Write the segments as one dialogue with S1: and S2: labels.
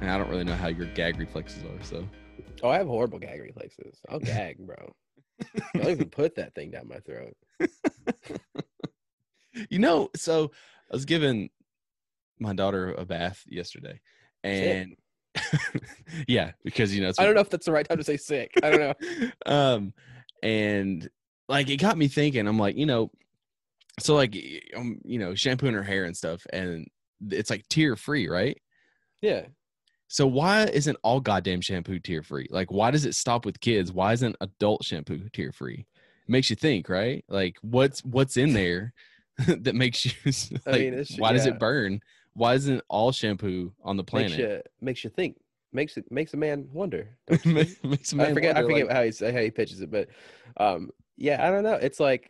S1: And I don't really know how your gag reflexes are, so
S2: Oh, I have horrible gag reflexes. I'll gag, bro. I don't even put that thing down my throat.
S1: you know, so I was giving my daughter a bath yesterday, and
S2: Shit.
S1: yeah, because you know, it's
S2: I don't know if that's the right time to say sick. I don't know.
S1: um, and like it got me thinking. I'm like, you know, so like, um, you know, shampooing her hair and stuff, and it's like tear free, right?
S2: Yeah.
S1: So why isn't all goddamn shampoo tear free? Like, why does it stop with kids? Why isn't adult shampoo tear free? Makes you think, right? Like, what's what's in there that makes you? Like,
S2: I mean, it's-
S1: why does
S2: yeah.
S1: it burn? Why isn't all shampoo on the
S2: Makes
S1: planet?
S2: you makes you think. Makes it makes a man wonder. don't you think?
S1: Makes a
S2: I
S1: man
S2: forget I
S1: wonder,
S2: forget
S1: like,
S2: how he say- how he pitches it, but um yeah, I don't know. It's like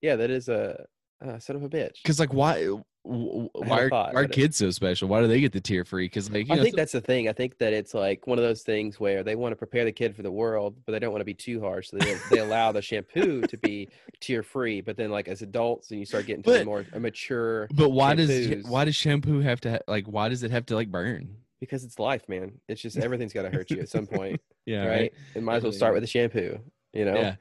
S2: yeah, that is a uh, son of a bitch.
S1: Cause like why? w- w-
S2: I had
S1: Why
S2: a
S1: are,
S2: thought,
S1: why are
S2: but it-
S1: kids so special? Why do they get the tear free? Cause like you
S2: I
S1: know,
S2: think
S1: so-
S2: that's the thing. I think that it's like one of those things where they want to prepare the kid for the world, but they don't want to be too harsh. So they, they allow the shampoo to be tear free. But then, like as adults, and you start getting to
S1: But-
S2: the more mature
S1: But why does sh-
S2: shampoos-
S1: why does shampoo have to ha- like? Why does it have to like burn?
S2: because it's life, man. It's just everything's got to hurt you at some point,
S1: Yeah,
S2: right? It might as well
S1: Everything
S2: start with the shampoo. You know,
S1: Yeah.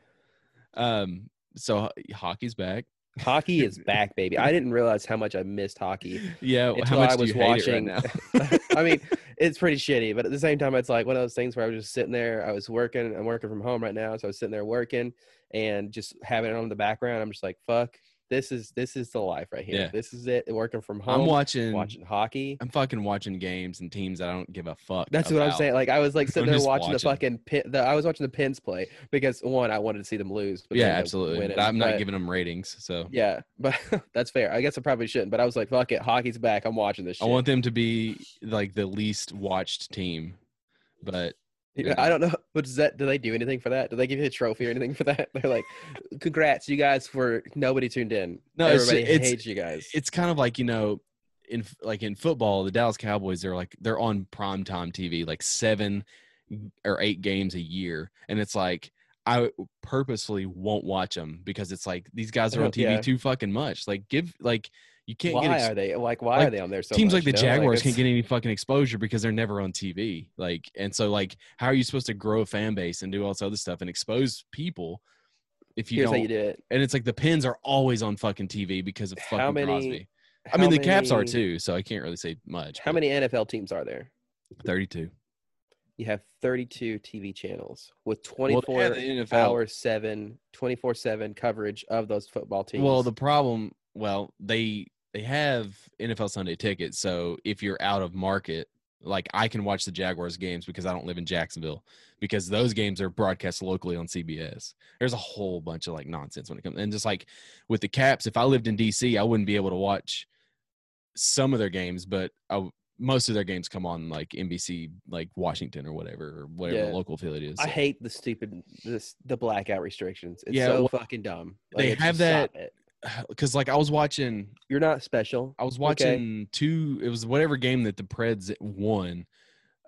S1: Um. So h- hockey's back.
S2: hockey is back, baby. I didn't realize how much I missed hockey.
S1: Yeah,
S2: It's
S1: how
S2: what
S1: much
S2: I
S1: do
S2: was
S1: you watching.
S2: watching.
S1: Hate it right now?
S2: I mean, it's pretty shitty, but at the same time, it's like one of those things where I was just sitting there. I was working. I'm working from home right now, so I was sitting there working and just having it on in the background. I'm just like, fuck, this is this is the life right here.
S1: Yeah.
S2: This is it. Working from home,
S1: I'm watching.
S2: watching hockey.
S1: I'm fucking watching games and teams that I don't give a fuck.
S2: That's what I'm
S1: about.
S2: saying. Like I was like
S1: I'm
S2: sitting there
S1: just
S2: watching, the
S1: watching.
S2: fucking pin. The, I was watching the pins play because one, I wanted to see them lose. But they
S1: Yeah,
S2: ended up
S1: absolutely.
S2: winning,
S1: But I'm not
S2: but-
S1: giving them ratings, so
S2: Yeah, but that's fair. I guess I probably shouldn't. But I was like, fuck it, hockey's back. I'm watching this. Shit.
S1: I want them to be like the least watched team. But
S2: You
S1: you
S2: know, I
S1: know.
S2: don't know. But does that do they do anything for that? Do they give you a trophy or anything for that? They're like, congrats, you guys were nobody tuned in.
S1: No, it's-
S2: everybody
S1: it's-
S2: hates you guys.
S1: it's kind of like you know, in f- like in football, the Dallas Cowboys they're like they're on primetime TV, like seven or eight games a year, and it's like. I purposely won't watch them because it's like these guys are on
S2: don't-
S1: TV
S2: yeah.
S1: too fucking much. Like, give like you can't
S2: why
S1: get ex-
S2: are they like? Why
S1: like,
S2: are they on there? So
S1: teams
S2: much,
S1: like the
S2: you know?
S1: Jaguars can't
S2: it's-
S1: get any fucking exposure because they're never on TV. Like, and so like, how are you supposed to grow a fan base and do all this other stuff and expose people if you
S2: Here's how
S1: don't?
S2: you do it.
S1: and it's like the Pins are always on fucking TV because of fucking
S2: How many-
S1: Crosby. I
S2: How
S1: mean, the Caps are
S2: many-
S1: too, so I can't really say much.
S2: How
S1: but
S2: many NFL teams are there?
S1: Thirty-two.
S2: You have 32 TV channels with
S1: Well,
S2: 24
S1: they have the NFL.
S2: hour seven, 24 seven coverage of those football teams.
S1: Well, the problem, well, they they have NFL Sunday tickets, so if you're out of market, like I can watch the Jaguars games because I don't live in Jacksonville because those games are broadcast locally on CBS. There's a whole bunch of like nonsense when it comes and just like with the Caps, if I lived in DC, I wouldn't be able to watch some of their games, but I w most of their games come on like NBC, like Washington or whatever, or whatever the
S2: Yeah.
S1: local affiliate is.
S2: I
S1: so.
S2: hate the stupid this the blackout restrictions. It's
S1: Yeah,
S2: so
S1: well,
S2: fucking dumb.
S1: they
S2: it's
S1: have
S2: just stop it.
S1: Cause like I was watching
S2: You're not special.
S1: I was watching
S2: Okay.
S1: two. It was whatever game that the Preds won.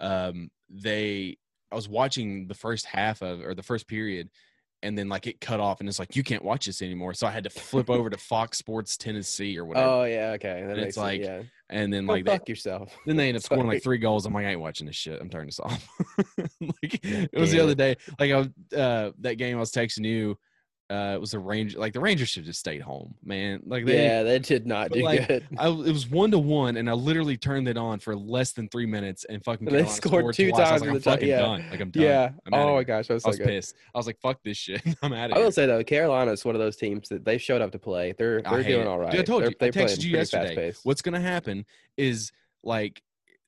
S1: Um, they I was watching the first half of or the first period, and then like it cut off, and it's like you can't watch this anymore. So I had to flip over to Fox Sports Tennessee or whatever,
S2: Oh yeah, okay. That
S1: And it's
S2: makes
S1: like,
S2: it, yeah.
S1: and then
S2: Go
S1: like they,
S2: fuck yourself.
S1: then they ended up scoring
S2: Sorry.
S1: like three goals. I'm like I ain't watching this shit. I'm turning this off. like
S2: Yeah,
S1: it was the
S2: damn
S1: other
S2: it.
S1: day. Like I was, uh, that game I was texting you. Uh, it was the Ranger. Like the Rangers should just stayed home, man. Like they
S2: yeah, that did not
S1: but,
S2: do
S1: like,
S2: good.
S1: I, it was one to one, and I literally turned it on for less than three minutes, and fucking
S2: And they
S1: Carolina
S2: scored two
S1: twice. I was
S2: times
S1: like, I'm
S2: in the time-
S1: fucking
S2: yeah.
S1: done. Like I'm done.
S2: yeah.
S1: I'm outta
S2: Oh my
S1: here.
S2: gosh, that was
S1: I
S2: so
S1: was
S2: good.
S1: pissed. I was like, fuck this shit. I'm out of
S2: I
S1: here.
S2: will say though, Carolina is one of those teams that they've showed up to play. They're
S1: I
S2: they're
S1: hate
S2: doing
S1: it.
S2: all right.
S1: Dude, I told
S2: They're-
S1: you. I
S2: they're
S1: texted
S2: playing
S1: you
S2: pretty
S1: yesterday.
S2: fast-paced.
S1: What's gonna happen is like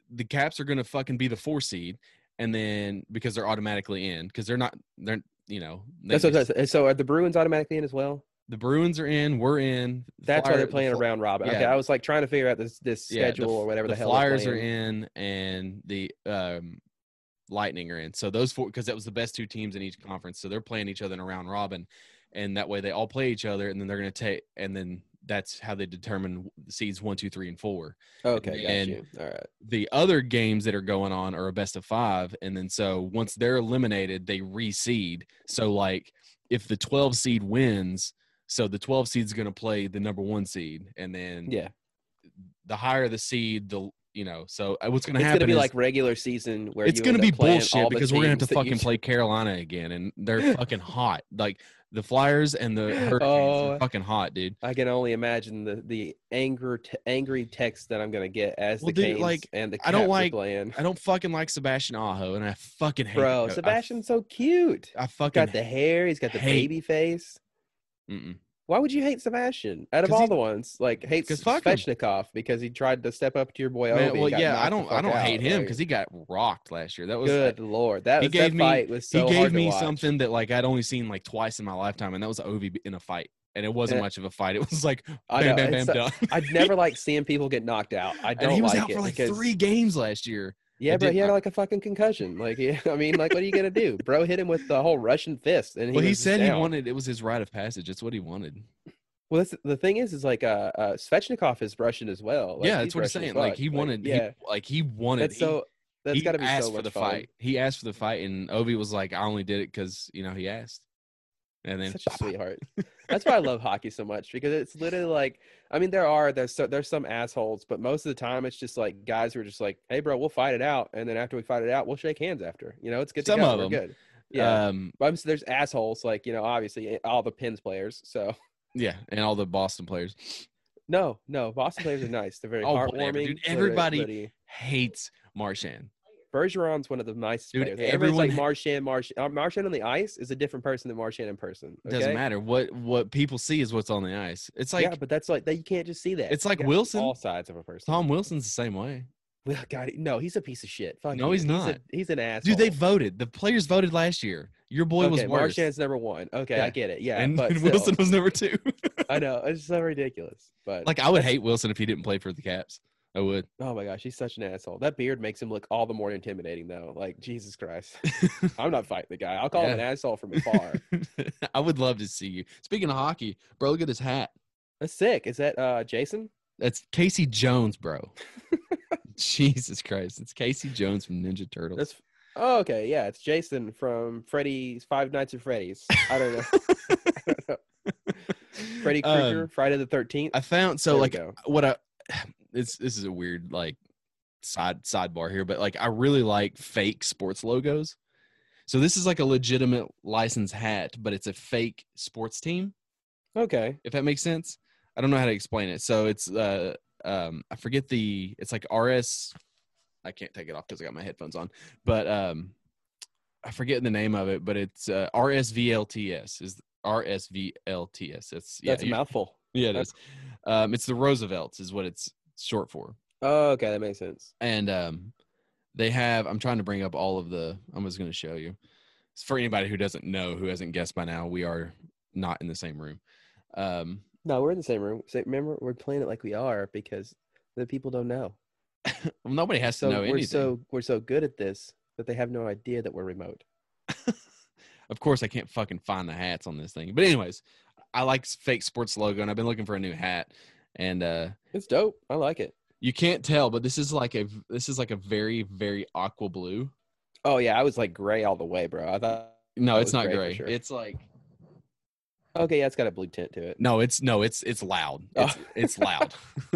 S1: the Caps are gonna fucking be the four seed, and then because they're automatically in, because they're not they're you know, they
S2: That's what
S1: just-
S2: I'm so are the Bruins automatically in as well?
S1: the Bruins are in. We're in. the
S2: That's why
S1: Flyer-
S2: they're
S1: the
S2: playing
S1: Fl-
S2: around robin. Okay,
S1: yeah.
S2: I was like trying to figure out this this
S1: yeah, the F-
S2: schedule or whatever the, hell. they're
S1: Flyers are
S2: playing.
S1: in, and the um, Lightning are in. So those four, because that was the best two teams in each conference. So they're playing each other in a round robin, and that way they all play each other, and then they're going to take, and then that's how they determine seeds one, two, three, and four.
S2: Okay, got
S1: and-
S2: you. All right.
S1: the other games that are going on are a best of five and then so once they're eliminated they reseed so like if the 12 seed wins so the 12 seed's going to play the number one seed and then
S2: Yeah,
S1: the higher the seed the you know so uh, what's going to
S2: it's
S1: happen
S2: gonna be
S1: is
S2: like regular season where
S1: it's
S2: you
S1: going to
S2: end up
S1: be
S2: playing all
S1: bullshit
S2: the
S1: because we're going to have
S2: teams
S1: to
S2: that you-
S1: fucking play carolina again and they're fucking hot like the flyers and the hurricanes
S2: Oh.
S1: are fucking hot dude
S2: I can only imagine the the anger te- angry text that I'm gonna get as
S1: Well,
S2: the
S1: dude,
S2: Canes
S1: like,
S2: and the
S1: I don't
S2: Caps are
S1: like-
S2: playing.
S1: i don't fucking like sebastian aho and i fucking hate the
S2: Bro,
S1: co- I-
S2: Sebastian's so cute.
S1: i,
S2: Got
S1: fucking
S2: the hair. He's got the
S1: hate-
S2: baby face.
S1: mm-mm.
S2: Why would you hate Sebastian? Out of
S1: 'Cause
S2: all
S1: he-
S2: the ones, like hate
S1: 'Cause fuck him.
S2: Svechnikov because he tried to step up to your boy.
S1: Man,
S2: Obi
S1: well,
S2: and got
S1: yeah,
S2: knocked
S1: I
S2: the
S1: don't, I
S2: fuck
S1: don't
S2: out,
S1: hate him
S2: like,
S1: because he got rocked last year. That was
S2: good lord, that
S1: he
S2: was
S1: gave
S2: that
S1: me-
S2: fight was so
S1: he
S2: hard
S1: gave
S2: to
S1: me
S2: watch.
S1: something that like I'd only seen like twice in my lifetime, and that was Ovi in a fight, and it wasn't
S2: Yeah.
S1: much of a fight. It was like
S2: Eh. I
S1: bam,
S2: know,
S1: bam, bam,
S2: it's
S1: done.
S2: I'd never like seeing people get knocked out. I don't
S1: and he was
S2: like
S1: out
S2: it
S1: for like
S2: because-
S1: three games last year.
S2: Yeah,
S1: It
S2: but he
S1: did
S2: had
S1: not-
S2: like a fucking concussion. Like, he- I mean, like, what are you gonna do? Bro hit him with the whole Russian fist, and he
S1: well, he
S2: was just
S1: said he
S2: down.
S1: wanted it was his rite of passage. It's what he wanted.
S2: Well, that's, the thing is, is like, uh, uh Svechnikov is Russian as well. Like,
S1: yeah,
S2: he's
S1: that's what I'm
S2: Russian as
S1: saying. Like
S2: fuck.
S1: he wanted, he-
S2: yeah,
S1: like he wanted.
S2: that's
S1: he-
S2: so. That's
S1: he
S2: gotta be
S1: asked
S2: so much
S1: for the
S2: fun.
S1: fight. He asked for the fight, and Ovi was like, "I only did it because you know he asked." And then
S2: Such a sweetheart. That's why I love hockey so much because it's literally like I mean there are there's so, there's some assholes, but most of the time it's just like guys who are just like, hey bro, we'll fight it out, and then after we fight it out, we'll shake hands after. You know, it's good. To
S1: Some
S2: go.
S1: of
S2: We're
S1: them.
S2: good. Yeah,
S1: um,
S2: but I'm, so there's assholes like you know obviously eh, all the pins players. So
S1: yeah, and all the Boston players.
S2: no, no, Boston players are nice. They're very
S1: Oh,
S2: heartwarming.
S1: whatever, dude.
S2: literally-
S1: Everybody-
S2: literally.
S1: hates Marchand.
S2: Bergeron's one of the nicest
S1: Dude,
S2: players. Everyone's like
S1: everyone ha-
S2: Marchand. Marchand, uh, Marchand on the ice is a different person than Marchand in person.
S1: It
S2: Okay?
S1: Doesn't matter what what people see is what's on the ice. It's like
S2: yeah, but that's like that. You can't just see that.
S1: it's like
S2: You got
S1: Wilson.
S2: All sides of a person.
S1: Tom Wilson's the same way.
S2: Well, God, no, he's a piece of shit. Fuck
S1: No,
S2: you.
S1: he's
S2: a-
S1: not.
S2: he's an ass.
S1: Dude, they voted. The players voted last year. Your boy was
S2: okay,
S1: worse,
S2: Marchand's number one. Okay, I
S1: Yeah.
S2: get it. Yeah,
S1: and,
S2: but
S1: and
S2: still,
S1: Wilson was number two.
S2: I know it's so ridiculous. But
S1: like I would hate Wilson if he didn't play for the Caps. I would.
S2: oh my gosh, he's such an asshole. That beard makes him look all the more intimidating, though. Like Jesus Christ, I'm not fighting the guy. I'll call him an asshole from afar.
S1: I would love to see you. Speaking of hockey, bro, look at his hat.
S2: That's sick. Is that uh, Jason?
S1: That's Casey Jones, bro. Jesus Christ, it's Casey Jones from Ninja Turtles.
S2: That's oh, okay. Yeah, it's Jason from Freddy's Five Nights at Freddy's. I don't know. Freddy
S1: Um,
S2: Krueger, Friday the Thirteenth.
S1: I found so like
S2: go.
S1: what I it's this is a weird like side sidebar here, but like I really like fake sports logos. So this is like a legitimate license hat, but it's a fake sports team,
S2: okay.
S1: if that makes sense. I don't know how to explain it. So it's uh um I forget the it's like RS I can't take it off because I got my headphones on, but um I forget the name of it, but it's uh, RSVLTS is RSVLTS. It's yeah,
S2: That's a
S1: you-
S2: mouthful.
S1: yeah, it
S2: Okay.
S1: is. Um, it's the Roosevelts is what it's short for,
S2: Oh, okay, that makes sense.
S1: and um, they have. I'm trying to bring up all of the. I'm just going to show you. For anybody who doesn't know, who hasn't guessed by now, we are not in the same room. Um,
S2: No, we're in the same room. So remember, we're playing it like we are because the people don't know.
S1: nobody has
S2: So
S1: to know
S2: we're
S1: anything.
S2: so we're so good at this that they have no idea that we're remote.
S1: of course, I can't fucking find the hats on this thing. But anyways, I like s- fake sports logo, and I've been looking for a new hat, and uh,
S2: It's dope. I like it.
S1: you can't tell, but this is like a v- this is like a very very aqua blue.
S2: Oh yeah, I was like gray all the way, bro. I thought
S1: No,
S2: Oh,
S1: it's
S2: it's
S1: not
S2: gray for
S1: gray.
S2: sure.
S1: It's like
S2: okay, yeah, it's got a blue tint to it.
S1: No, it's no, it's it's loud.
S2: Oh.
S1: It's, it's loud.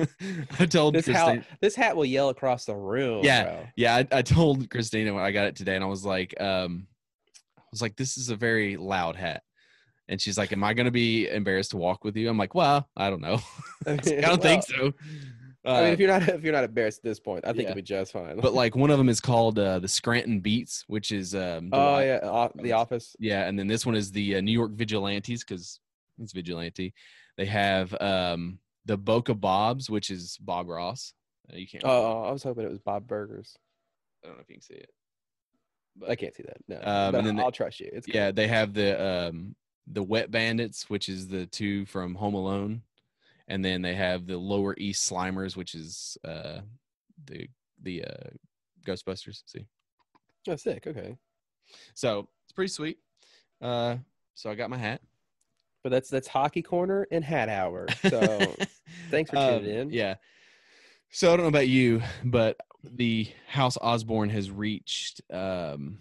S1: I told
S2: This
S1: Christina.
S2: hat, this hat will yell across the room.
S1: Yeah.
S2: bro.
S1: Yeah, I, I told Christina when I got it today, and I was like, um, I was like, this is a very loud hat. And she's like, "Am I going to be embarrassed to walk with you?" I'm like, "Well, I don't know.
S2: I, mean,
S1: I don't think so." Uh,
S2: I mean, if you're not if you're not embarrassed at this point, I think
S1: yeah.
S2: it'll be just fine.
S1: but like one of them is called uh, the Scranton Beats, which is um,
S2: oh
S1: Dwight-
S2: yeah, off, the office.
S1: yeah, and then this one is the uh, New York Vigilantes because it's vigilante. They have um, the Boca Bobs, which is Bob Ross. Uh, You can't.
S2: Oh, I was hoping it was Bob Burgers.
S1: I don't know if you can see it.
S2: I can't see that. No,
S1: Um,
S2: but
S1: and then the-
S2: I'll trust you. It's good.
S1: Yeah, they have the um the Wet Bandits, which is the two from Home Alone, and then they have the Lower East Slimers, which is uh the the uh Ghostbusters. See,
S2: Oh, sick. Okay,
S1: so it's pretty sweet. Uh, so I got my hat.
S2: but that's that's hockey corner and hat hour. So thanks for tuning in.
S1: um, Yeah. So I don't know about you, but the House Osborne has reached um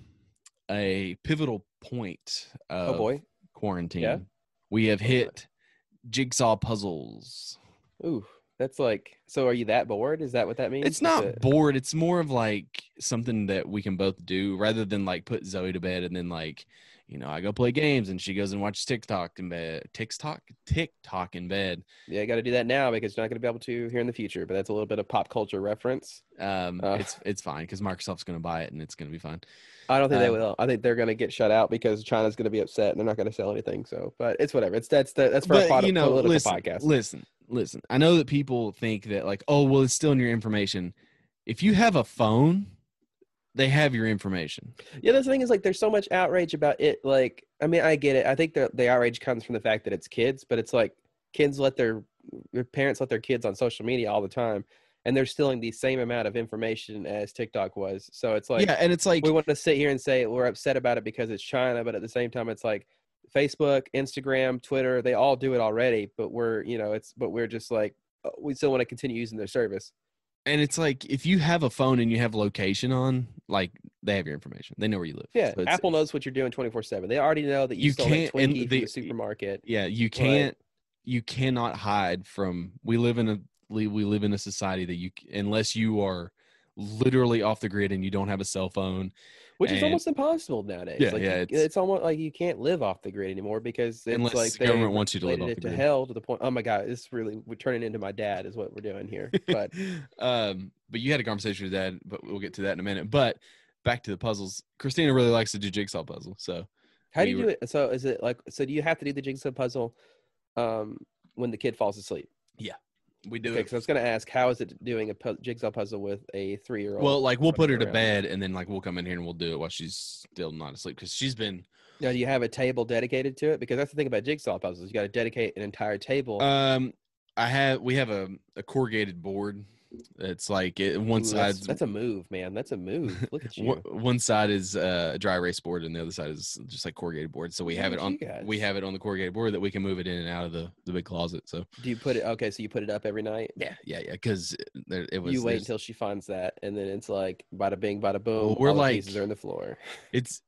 S1: a pivotal point. Of
S2: oh boy.
S1: quarantine.
S2: Yeah.
S1: We have hit jigsaw puzzles.
S2: Ooh, that's like. So are you that bored? Is that what that means?
S1: It's
S2: Is
S1: not
S2: it-
S1: bored. It's more of like something that we can both do rather than like put Zoe to bed and then like, you know, I go play games and she goes and watches TikTok in bed. TikTok? TikTok in bed.
S2: Yeah, you got to do that now because you're not going to be able to here in the future. But that's a little bit of pop culture reference.
S1: Um,
S2: Uh.
S1: it's it's fine because Microsoft's gonna buy it and it's gonna be fine.
S2: I don't think they
S1: Um,
S2: will. I think they're going to get shut out because China's going to be upset and they're not going to sell anything. So, but it's whatever. It's that's the, that's for a pod,
S1: But you know,
S2: political
S1: listen,
S2: podcast.
S1: listen, listen. I know that people think that like, oh well, it's still in your information. If you have a phone, they have your information.
S2: Yeah, that's the thing is like there's so much outrage about it. Like, I mean, I get it. I think the the outrage comes from the fact that it's kids, but it's like kids let their their parents let their kids on social media all the time, and they're stealing the same amount of information as TikTok was. So it's like
S1: yeah, and it's like
S2: we want to sit here and say we're upset about it because it's China, but at the same time, it's like Facebook, Instagram, Twitter, they all do it already. But we're you know it's but we're just like uh, we still want to continue using their service.
S1: and it's like if you have a phone and you have location on, like they have your information. They know where you live.
S2: Yeah,
S1: So it's-
S2: Apple knows what you're doing 24 seven. They already know that you,
S1: You
S2: stole
S1: can't-
S2: that
S1: and
S2: Twinkie
S1: the-
S2: from the supermarket.
S1: Yeah, you can't. You cannot hide from. We live in a we we live in a society that you unless you are literally off the grid and you don't have a cell phone.
S2: which is
S1: And-
S2: almost impossible nowadays.
S1: Yeah,
S2: like
S1: yeah,
S2: you-
S1: it's-
S2: it's, almost like you can't live off the grid anymore because it's
S1: Unless
S2: like
S1: the government
S2: they've
S1: wants you to live off
S2: inflated it
S1: the
S2: to
S1: grid.
S2: hell to the point. Oh my god, this really we're turning into my dad is what we're doing here. But
S1: um, but you had a conversation with dad, but we'll get to that in a minute. But back to the puzzles. Christina really likes to do jigsaw puzzles, so
S2: how do you
S1: We
S2: do it? So is it like so? Do you have to do the jigsaw puzzle um, when the kid falls asleep?
S1: we do
S2: Okay,
S1: it.
S2: because I was gonna ask how is it doing a pu- jigsaw puzzle with a three year old?
S1: Well, like we'll put her to
S2: around.
S1: bed and then like we'll come in here and we'll do it while she's still not asleep because she's been
S2: now do you have a table dedicated to it? Because that's the thing about jigsaw puzzles, you got to dedicate an entire table.
S1: Um, I have we have a, a corrugated board. It's like it, one
S2: Ooh,
S1: side.
S2: that's, that's a move, man. That's a move. Look at you.
S1: one, one side is uh, a dry erase board, and the other side is just like corrugated board. So we
S2: Look
S1: have
S2: at
S1: it on
S2: you guys.
S1: we have it on the corrugated board that we can move it in and out of the, the big closet. So
S2: Do you put it? Okay, so you put it up every night.
S1: yeah, yeah, yeah. Because there it was
S2: you wait
S1: there's-
S2: until she finds that, and then it's like bada bing, bada boom.
S1: Well, we're
S2: we're all
S1: like-
S2: like, the pieces are in the floor.
S1: it's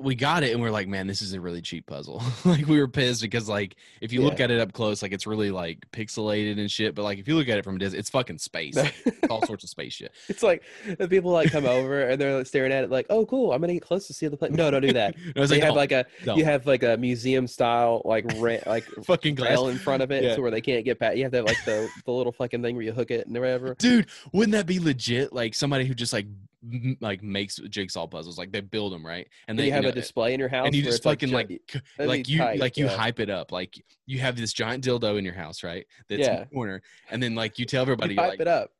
S1: we got it and we're like man this is a really cheap puzzle like we were pissed because like if you look
S2: Yeah.
S1: at it up close like it's really like pixelated and shit but like if you look at it from a distance it's fucking space like, it's all sorts of space shit
S2: it's like the people like come over and they're like, staring at it like, oh cool, I'm gonna get close to see the plane. No, don't do that.
S1: And I was
S2: So you
S1: like, "Oh,
S2: have
S1: "No,
S2: like a
S1: no."
S2: you have like a museum style like ra- like
S1: fucking glass.
S2: rail in front of it,
S1: Yeah.
S2: so where they can't get past. You have that like the the little fucking thing where you hook it and whatever.
S1: Dude, wouldn't that be legit? Like somebody who just like m- like makes jigsaw puzzles, like they build them, right?
S2: And
S1: they
S2: you have
S1: know,
S2: a display in your house,
S1: and you
S2: where
S1: just
S2: it's,
S1: fucking
S2: gi-
S1: like
S2: that'd
S1: c-
S2: be
S1: like you
S2: tight,
S1: like you
S2: yeah.
S1: hype it up, like you have this giant dildo in your house, right? That's in
S2: Yeah.
S1: the corner, and then like you tell everybody,
S2: You
S1: you're
S2: hype
S1: like,
S2: it up.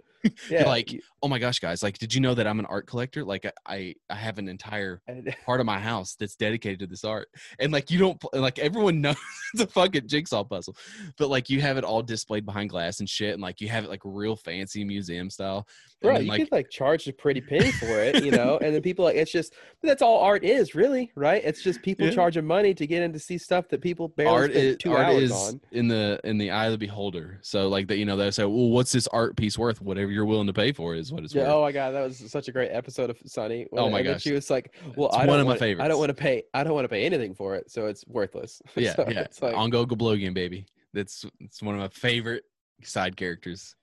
S2: Yeah,
S1: like,
S2: you-
S1: oh my gosh, guys, like did you know that I'm an art collector? Like I I, I have an entire
S2: and-
S1: part of my house that's dedicated to this art. And like you don't and, like everyone knows it's a fucking jigsaw puzzle. But like you have it all displayed behind glass and shit and like you have it like real fancy museum style. And
S2: Bro,
S1: then,
S2: you
S1: like
S2: could like charge a pretty penny for it, you know, and then people like it's just that's all art is really, right? It's just people
S1: Yeah.
S2: charging money to get in to see stuff that people barely
S1: art
S2: spend
S1: is
S2: two
S1: art
S2: hours
S1: is
S2: on.
S1: in the in the eye of the beholder. So like that you know they say, "Well, what's this art piece worth? Whatever you're willing to pay for is what it's
S2: Yeah,
S1: worth."
S2: oh my god, that was such a great episode of Sunny.
S1: Oh my
S2: and then
S1: gosh.
S2: she was like, "Well,
S1: It's
S2: I
S1: one
S2: don't
S1: of my
S2: want, I
S1: favorites.
S2: don't want to pay. I don't want to pay anything for it, so it's worthless."
S1: yeah,
S2: So
S1: yeah.
S2: It's like,
S1: Ongo Gablogian, baby. That's it's one of my favorite side characters.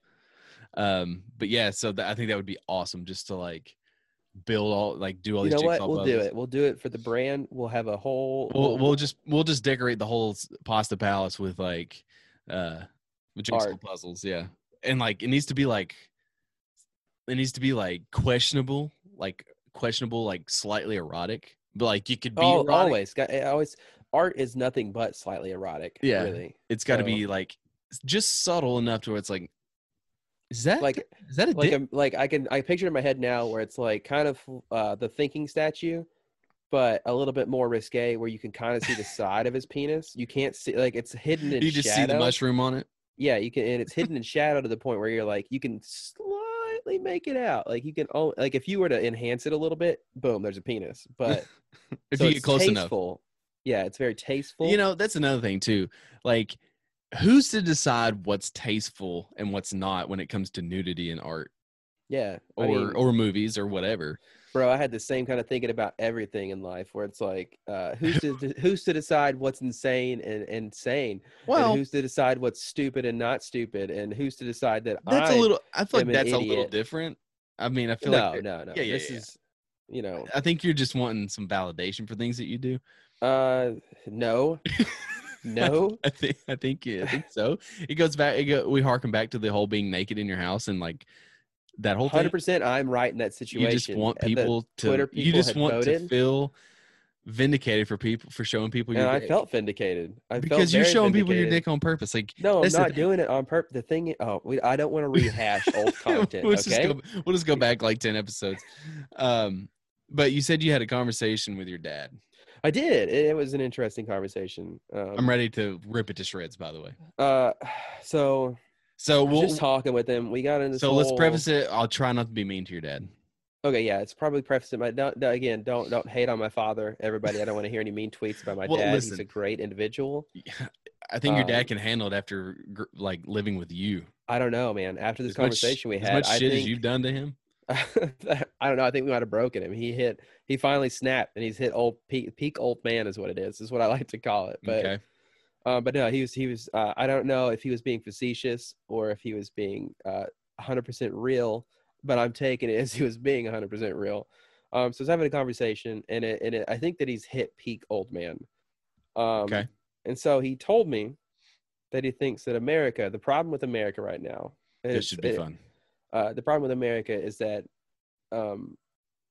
S1: Um, but yeah, so that I think that would be awesome just to like build all like do all
S2: you
S1: these
S2: know what?
S1: jigsaw
S2: We'll do
S1: puzzles.
S2: it. We'll do it for the brand. We'll have a whole.
S1: We'll we'll just we'll just decorate the whole s- pasta palace with like uh with jigsaw
S2: Art.
S1: puzzles, yeah. And like it needs to be like it needs to be like questionable, like questionable, like slightly erotic. But like you could be
S2: oh,
S1: erotic.
S2: always, got- I always. Art is nothing but slightly erotic.
S1: Yeah.
S2: really.
S1: It's got to
S2: So-
S1: be like just subtle enough to where it's like, is that
S2: Like
S1: is that a
S2: like
S1: dick?
S2: a, like I can I picture it in my head now where it's like kind of uh, the thinking statue, but a little bit more risque where you can kind of see the side of his penis. You can't see like it's hidden in
S1: you just see
S2: shadow.
S1: the mushroom on it.
S2: Yeah, you can, and it's hidden in shadow to the point where you're like, you can slightly make it out. Like you can, oh, like if you were to enhance it a little bit, boom, there's a penis. But
S1: If
S2: so
S1: you
S2: it's
S1: get close enough.
S2: tasteful. yeah, it's very tasteful.
S1: You know, that's another thing too. Like, who's to decide what's tasteful and what's not when it comes to nudity in art
S2: yeah,
S1: or
S2: I mean,
S1: or movies or whatever?
S2: bro, I had the same kind of thinking about everything in life, where it's like, uh, who's to who's to decide what's insane and insane, and who's to decide what's stupid and not stupid, and who's to decide that
S1: that's
S2: I'm-
S1: a little. I feel
S2: am
S1: like
S2: an
S1: that's a little
S2: idiot.
S1: different. I mean, I feel
S2: No,
S1: like
S2: no, no.
S1: yeah, yeah,
S2: this
S1: yeah.
S2: is, you know,
S1: I think you're just wanting some validation for things that you do.
S2: uh, no, no.
S1: I think I think yeah, I think so. It goes back. It go, we harken back to the whole being naked in your house and like that whole thing.
S2: Hundred percent, I'm right in that situation.
S1: You just want
S2: And the-
S1: people to.
S2: Twitter
S1: you
S2: people
S1: just
S2: had
S1: want to
S2: voted.
S1: feel vindicated for people for showing people
S2: and
S1: your
S2: I
S1: dick.
S2: felt vindicated. I felt
S1: because you're
S2: very
S1: showing people your
S2: vindicated.
S1: dick on purpose. Like
S2: No, I'm
S1: That's the
S2: not
S1: thing.
S2: doing it on purpose. The thing, i- oh, we, I don't want to rehash old content.
S1: we'll, just
S2: okay,
S1: go, we'll just go back like ten episodes. Um, but you said you had a conversation with your dad.
S2: I did. It, it was an interesting conversation. Um,
S1: I'm ready to rip it to shreds. By the way,
S2: Uh, so
S1: so
S2: I was
S1: we'll.
S2: just talking with him. We got into
S1: so let's preface it. I'll try not to be mean to your dad.
S2: Okay, yeah, it's probably preface it. My don't, don't- again, don't don't hate on my father. Everybody, I don't want to hear any mean tweets about my
S1: Well,
S2: dad. He's
S1: listen.
S2: a great individual.
S1: I think your
S2: Um,
S1: dad can handle it after gr- like living with you.
S2: I don't know, man. After this
S1: As much-
S2: conversation we
S1: as
S2: had,
S1: much
S2: I
S1: shit
S2: think
S1: as you've done to him.
S2: I don't know. I think we might have broken him. He hit. He finally snapped, and he's hit old peak, peak old man is what it is. Is what I like to call it. But
S1: okay,
S2: uh, but no, he was he was. Uh, I don't know if he was being facetious or if he was being uh, 100% real. But I'm taking it as he was being 100% real. Um, so I was having a conversation, and it, and it, I think that he's hit peak old man. Um,
S1: okay.
S2: And so he told me that he thinks that America, the problem with America right now, and
S1: This
S2: it's-
S1: should be
S2: it-
S1: fun.
S2: uh, the problem with America is that um,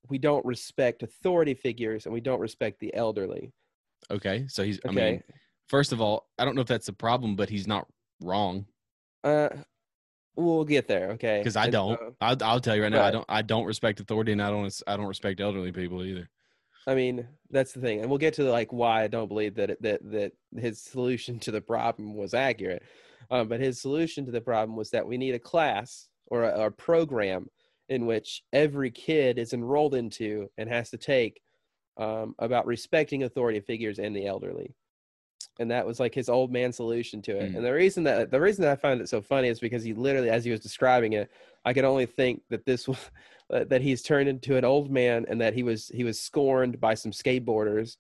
S2: we don't respect authority figures and we don't respect the elderly.
S1: Okay, so he's. I
S2: Okay.
S1: mean, first of all, I don't know if that's a problem, but he's not wrong
S2: uh, we'll get there. Okay.
S1: because I
S2: And uh,
S1: don't.
S2: so,
S1: I'll, I'll tell you right now, I
S2: Eh, Right.
S1: don't. I don't respect authority, and I don't. I don't respect elderly people either.
S2: I mean, that's the thing, and we'll get to like why I don't believe that it- that that his solution to the problem was accurate. Um, but his solution to the problem was that we need a class or a, a program in which every kid is enrolled into and has to take um, about respecting authority figures and the elderly. And that was like his old man solution to it.
S1: Mm.
S2: And the reason that the reason that I found it so funny is because he literally, as he was describing it, I could only think that this was that that he's turned into an old man and that he was he was scorned by some skateboarders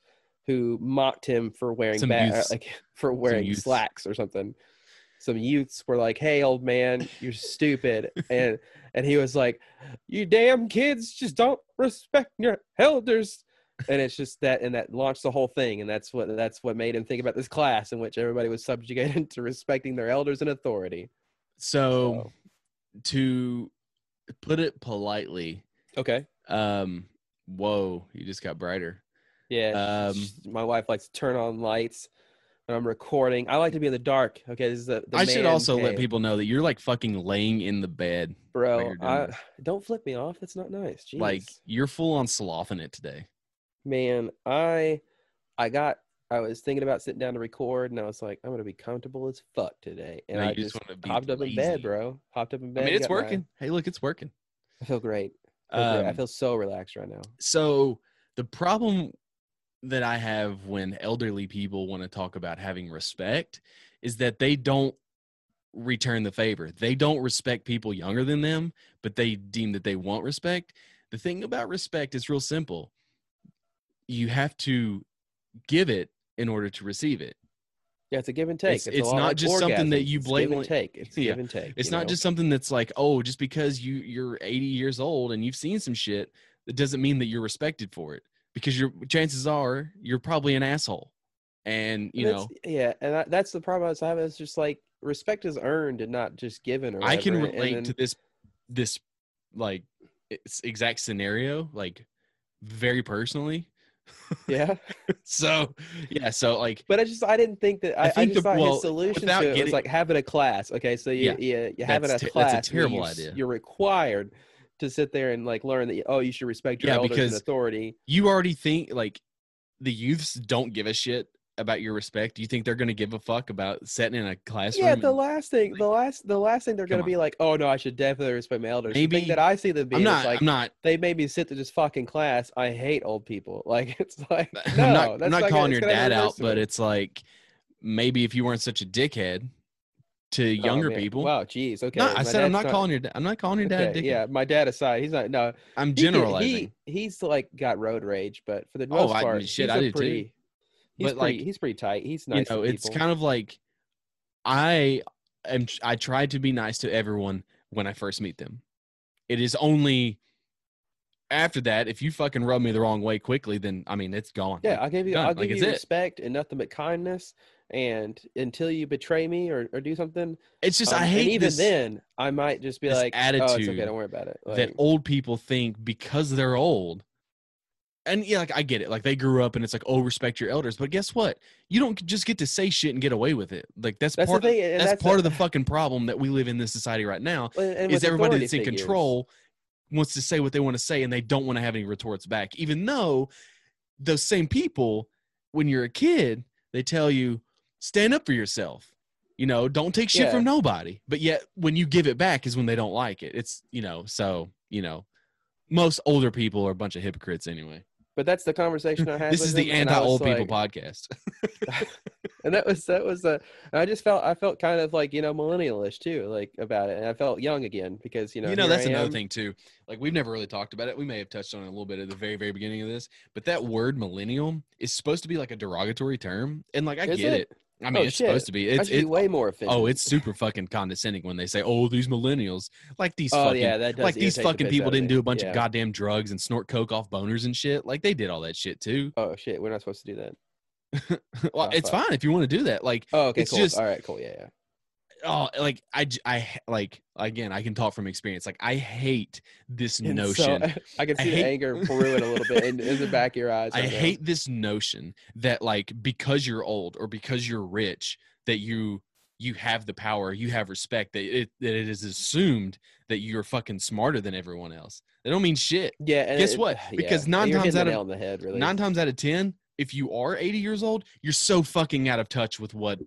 S2: who mocked him for wearing
S1: Some
S2: ba- uh,
S1: youths.
S2: like for wearing
S1: youths.
S2: slacks or something. Some youths were like, "Hey, old man, you're stupid," and and he was like, "You damn kids just don't respect your elders." And it's just that, and that launched the whole thing, and that's what that's what made him think about this class in which everybody was subjugated to respecting their elders and authority.
S1: So, to put it politely,
S2: okay,
S1: um, whoa, you just got brighter.
S2: Yeah.
S1: Um,
S2: sh- my wife likes to turn on lights when I'm recording. I like to be in the dark. Okay, this is the, the
S1: I should
S2: man
S1: also let
S2: cave.
S1: people know that you're like fucking laying in the bed, while
S2: bro.
S1: you're doing
S2: I,
S1: this.
S2: don't flip me off. That's not nice. Jeez.
S1: like you're full on sloughing it today.
S2: man, I I got I was thinking about sitting down to record, and I was like, I'm gonna be comfortable as fuck today, and
S1: Now
S2: I
S1: you just
S2: just,
S1: wanna be
S2: hopped up in bed,
S1: lazy.
S2: bro. Hopped up in
S1: I
S2: bed.
S1: mean, it's
S2: got my-
S1: working. Hey, look, it's working.
S2: I feel great. I feel great. I
S1: Um,
S2: feel so relaxed right now.
S1: so the problem that I have when elderly people want to talk about having respect is that they don't return the favor. They don't respect people younger than them, but they deem that they want respect. The thing about respect is real simple. You have to give it in order to receive it.
S2: Yeah, it's a give and take.
S1: it's-
S2: a
S1: it's
S2: lot
S1: not
S2: like
S1: just something that
S2: orgasms.
S1: you
S2: It's give and
S1: blatantly-
S2: take. It's
S1: Yeah.
S2: give and take.
S1: It's
S2: you
S1: not
S2: know?
S1: just something that's like, oh, just because you you're 80 years old and you've seen some shit, that doesn't mean that you're respected for it. Because your chances are you're probably an asshole, and you
S2: That's-
S1: know
S2: yeah and I, that's the problem i was having it's just like respect is earned and not just given or
S1: I can
S2: whatever, and
S1: relate
S2: then-
S1: to this this like it's exact scenario like very personally.
S2: yeah
S1: So yeah, so like
S2: but i just i didn't think that
S1: I
S2: i, I,
S1: think
S2: just
S1: the-
S2: thought
S1: well,
S2: his solution to
S1: without
S2: it
S1: getting-
S2: was like having a class okay so you,
S1: Yeah,
S2: you, you having a
S1: that's te- that's a
S2: class where
S1: terrible
S2: you, s-
S1: idea.
S2: you're required to sit there and like learn that oh you should respect your
S1: Yeah,
S2: elders
S1: because-
S2: and authority
S1: you already think like the youths don't give a shit about your respect. Do you think they're going to give a fuck about sitting in a classroom?
S2: yeah,
S1: and-
S2: the last thing, the last, the last thing they're
S1: Come
S2: gonna
S1: on.
S2: be like, oh no, I should definitely respect my elders. the
S1: Maybe-
S2: thing that I see them being
S1: I'm
S2: is
S1: not.
S2: like
S1: I'm not.
S2: they made me sit through this fucking class. I hate old people. Like it's like no,
S1: I'm not.
S2: that's
S1: I'm not
S2: gonna-
S1: calling your
S2: it's gonna have
S1: dad out,
S2: reversible.
S1: but it's like maybe if you weren't such a dickhead to
S2: Oh,
S1: younger
S2: man.
S1: people.
S2: Wow, jeez. Okay,
S1: No,
S2: my
S1: I said I'm
S2: dad's
S1: not calling your. da- I'm not calling your dad. a
S2: okay,
S1: dickhead.
S2: yeah, my dad aside, he's not. No,
S1: I'm
S2: he could-
S1: generalizing.
S2: He, he's like got road rage, but for the
S1: Oh,
S2: most
S1: I-
S2: part,
S1: shit,
S2: he's
S1: I
S2: a
S1: do too.
S2: pretty, He's
S1: But,
S2: pretty,
S1: like,
S2: he's pretty tight. He's nice.
S1: you know,
S2: to
S1: it's
S2: people.
S1: kind of like I am. I try to be nice to everyone when I first meet them. It is only after that if you fucking rub me the wrong way quickly, then I mean it's gone.
S2: Yeah, I give you,
S1: done.
S2: I'll
S1: Like,
S2: give
S1: it's
S2: you
S1: it.
S2: respect and nothing but kindness. And until you betray me or, or do something,
S1: it's just
S2: um,
S1: I
S2: and
S1: hate
S2: even
S1: this
S2: then, I might just be
S1: this
S2: like, "Oh, it's
S1: attitude
S2: okay. Don't worry about it."
S1: that
S2: Like,
S1: old people think because they're old. And yeah, like I get it. Like they grew up and it's like, oh, respect your elders. But guess what? You don't just get to say shit and get away with it. Like that's,
S2: that's
S1: part
S2: the
S1: of,
S2: thing. and
S1: that's, part
S2: a-
S1: of the fucking problem that we live in this society right now
S2: and- and
S1: is
S2: with
S1: everybody
S2: authority
S1: that's in
S2: figures.
S1: control wants to say what they want to say and they don't want to have any retorts back even though those same people when you're a kid they tell you stand up for yourself you know don't take shit
S2: Yeah.
S1: from nobody but yet when you give it back is when they don't like it it's you know so you know most older people are a bunch of hypocrites anyway
S2: But that's the conversation I had.
S1: this
S2: with
S1: is the
S2: him, and I
S1: anti-old
S2: was
S1: people
S2: like-
S1: podcast
S2: and that was that was the. And I just felt I felt kind of like you know millennialish too, like about it, and I felt young again because you know
S1: you know
S2: here
S1: that's
S2: I
S1: another
S2: am.
S1: thing too like we've never really talked about it we may have touched on it a little bit at the very very beginning of this but that word millennial is supposed to be like a derogatory term and like i
S2: Is
S1: get
S2: it?
S1: it, i mean
S2: Oh,
S1: it's
S2: shit.
S1: supposed to be
S2: I
S1: it's
S2: should be
S1: it,
S2: way more offended.
S1: oh it's super fucking condescending when they say oh these millennials like these
S2: oh
S1: fucking
S2: yeah, that does
S1: like these
S2: irritate the
S1: fucking
S2: piss
S1: people
S2: out of
S1: didn't
S2: me.
S1: do a bunch
S2: Yeah.
S1: of goddamn drugs and snort coke off boners and shit like they did all that shit too
S2: Oh shit, we're not supposed to do that.
S1: well
S2: Oh,
S1: it's
S2: fuck.
S1: fine if you want to do that like
S2: Oh okay,
S1: It's
S2: cool.
S1: just-
S2: All right, cool. Yeah, yeah.
S1: oh like i j- I h- like again i can talk from experience like i hate this
S2: And
S1: notion
S2: So, I can
S1: I
S2: see the
S1: hate-
S2: anger brewing a little bit in, in the back of your eyes.
S1: I
S2: right now.
S1: hate this notion that like because you're old or because you're rich that you you have the power, you have respect that it that it is assumed that you're fucking smarter than everyone else. That don't mean shit.
S2: Yeah. And
S1: Guess
S2: it-
S1: what?
S2: yeah,
S1: Because nine
S2: you're
S1: times
S2: hitting the
S1: out of-
S2: nail on the head, really.
S1: 9 times out of 10, if you are 80 years old, you're so fucking out of touch with what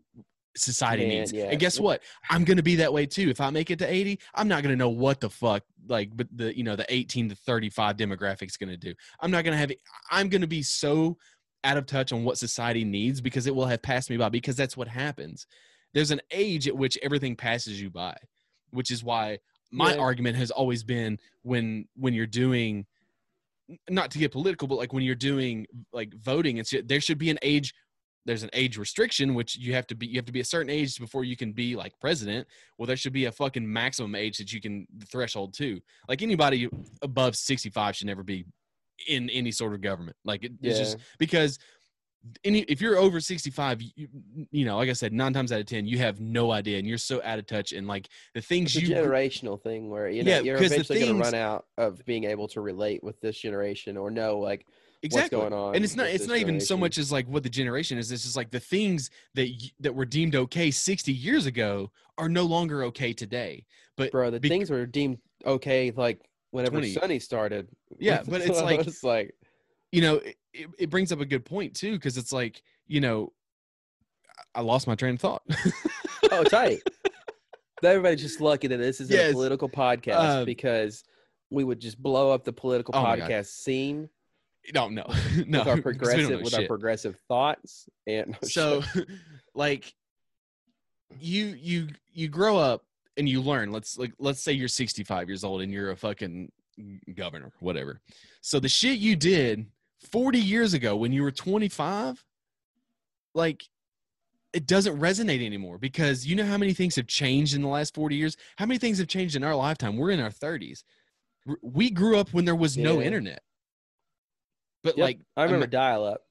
S1: society
S2: Man,
S1: needs.
S2: yeah.
S1: And guess
S2: Well-
S1: what? I'm going to be that way too. If I make it to 80, I'm not going to know what the fuck like but the you know the 18 to 35 demographic's going to do. I'm not going to have I'm going to be so out of touch on what society needs because it will have passed me by because that's what happens. There's an age at which everything passes you by, which is why my
S2: Yeah.
S1: argument has always been when when you're doing not to get political, but like when you're doing like voting and shit, there should be an age. There's an age restriction, which you have to be. You have to be a certain age before you can be like president. Well, there should be a fucking maximum age that you can the threshold to. Like anybody above 65 should never be in any sort of government. Like it,
S2: yeah.
S1: it's just because any if you're over 65 you, you know like i said nine times out of ten you have no idea and you're so out of touch and like the things
S2: it's a
S1: you gr-
S2: generational thing where you know
S1: Yeah,
S2: you're
S1: because the
S2: eventually going
S1: things-
S2: to run out of being able to relate with this generation or know like
S1: exactly
S2: what's going on.
S1: and it's not
S2: with
S1: it's
S2: this
S1: not even so
S2: generation.
S1: much as like what the generation is it's just like the things that y- that were deemed okay 60 years ago are no longer okay today
S2: bro. The
S1: bec-
S2: things were deemed okay, like whenever
S1: 20.
S2: Sunny started.
S1: Yeah, but it's
S2: So
S1: like-
S2: it's like
S1: you know it, it it brings up a good point too because it's like you know I- i lost my train of thought
S2: oh tight. Everybody's just lucky that this isn't
S1: Yes.
S2: a political podcast
S1: Um,
S2: because we would just blow up the political
S1: Oh my God.
S2: podcast scene
S1: no no no
S2: with
S1: 'cause we
S2: our
S1: don't know
S2: progressive with our
S1: shit.
S2: progressive thoughts and
S1: so like you you you grow up and you learn let's like let's say you're 65 years old and you're a fucking governor whatever so the shit you did 40 years ago when you were 25 like it doesn't resonate anymore because you know how many things have changed in the last 40 years how many things have changed in our lifetime we're in our 30s R- we grew up when there was no
S2: Yeah.
S1: internet but
S2: Yep,
S1: like
S2: I remember
S1: ima-
S2: dial up.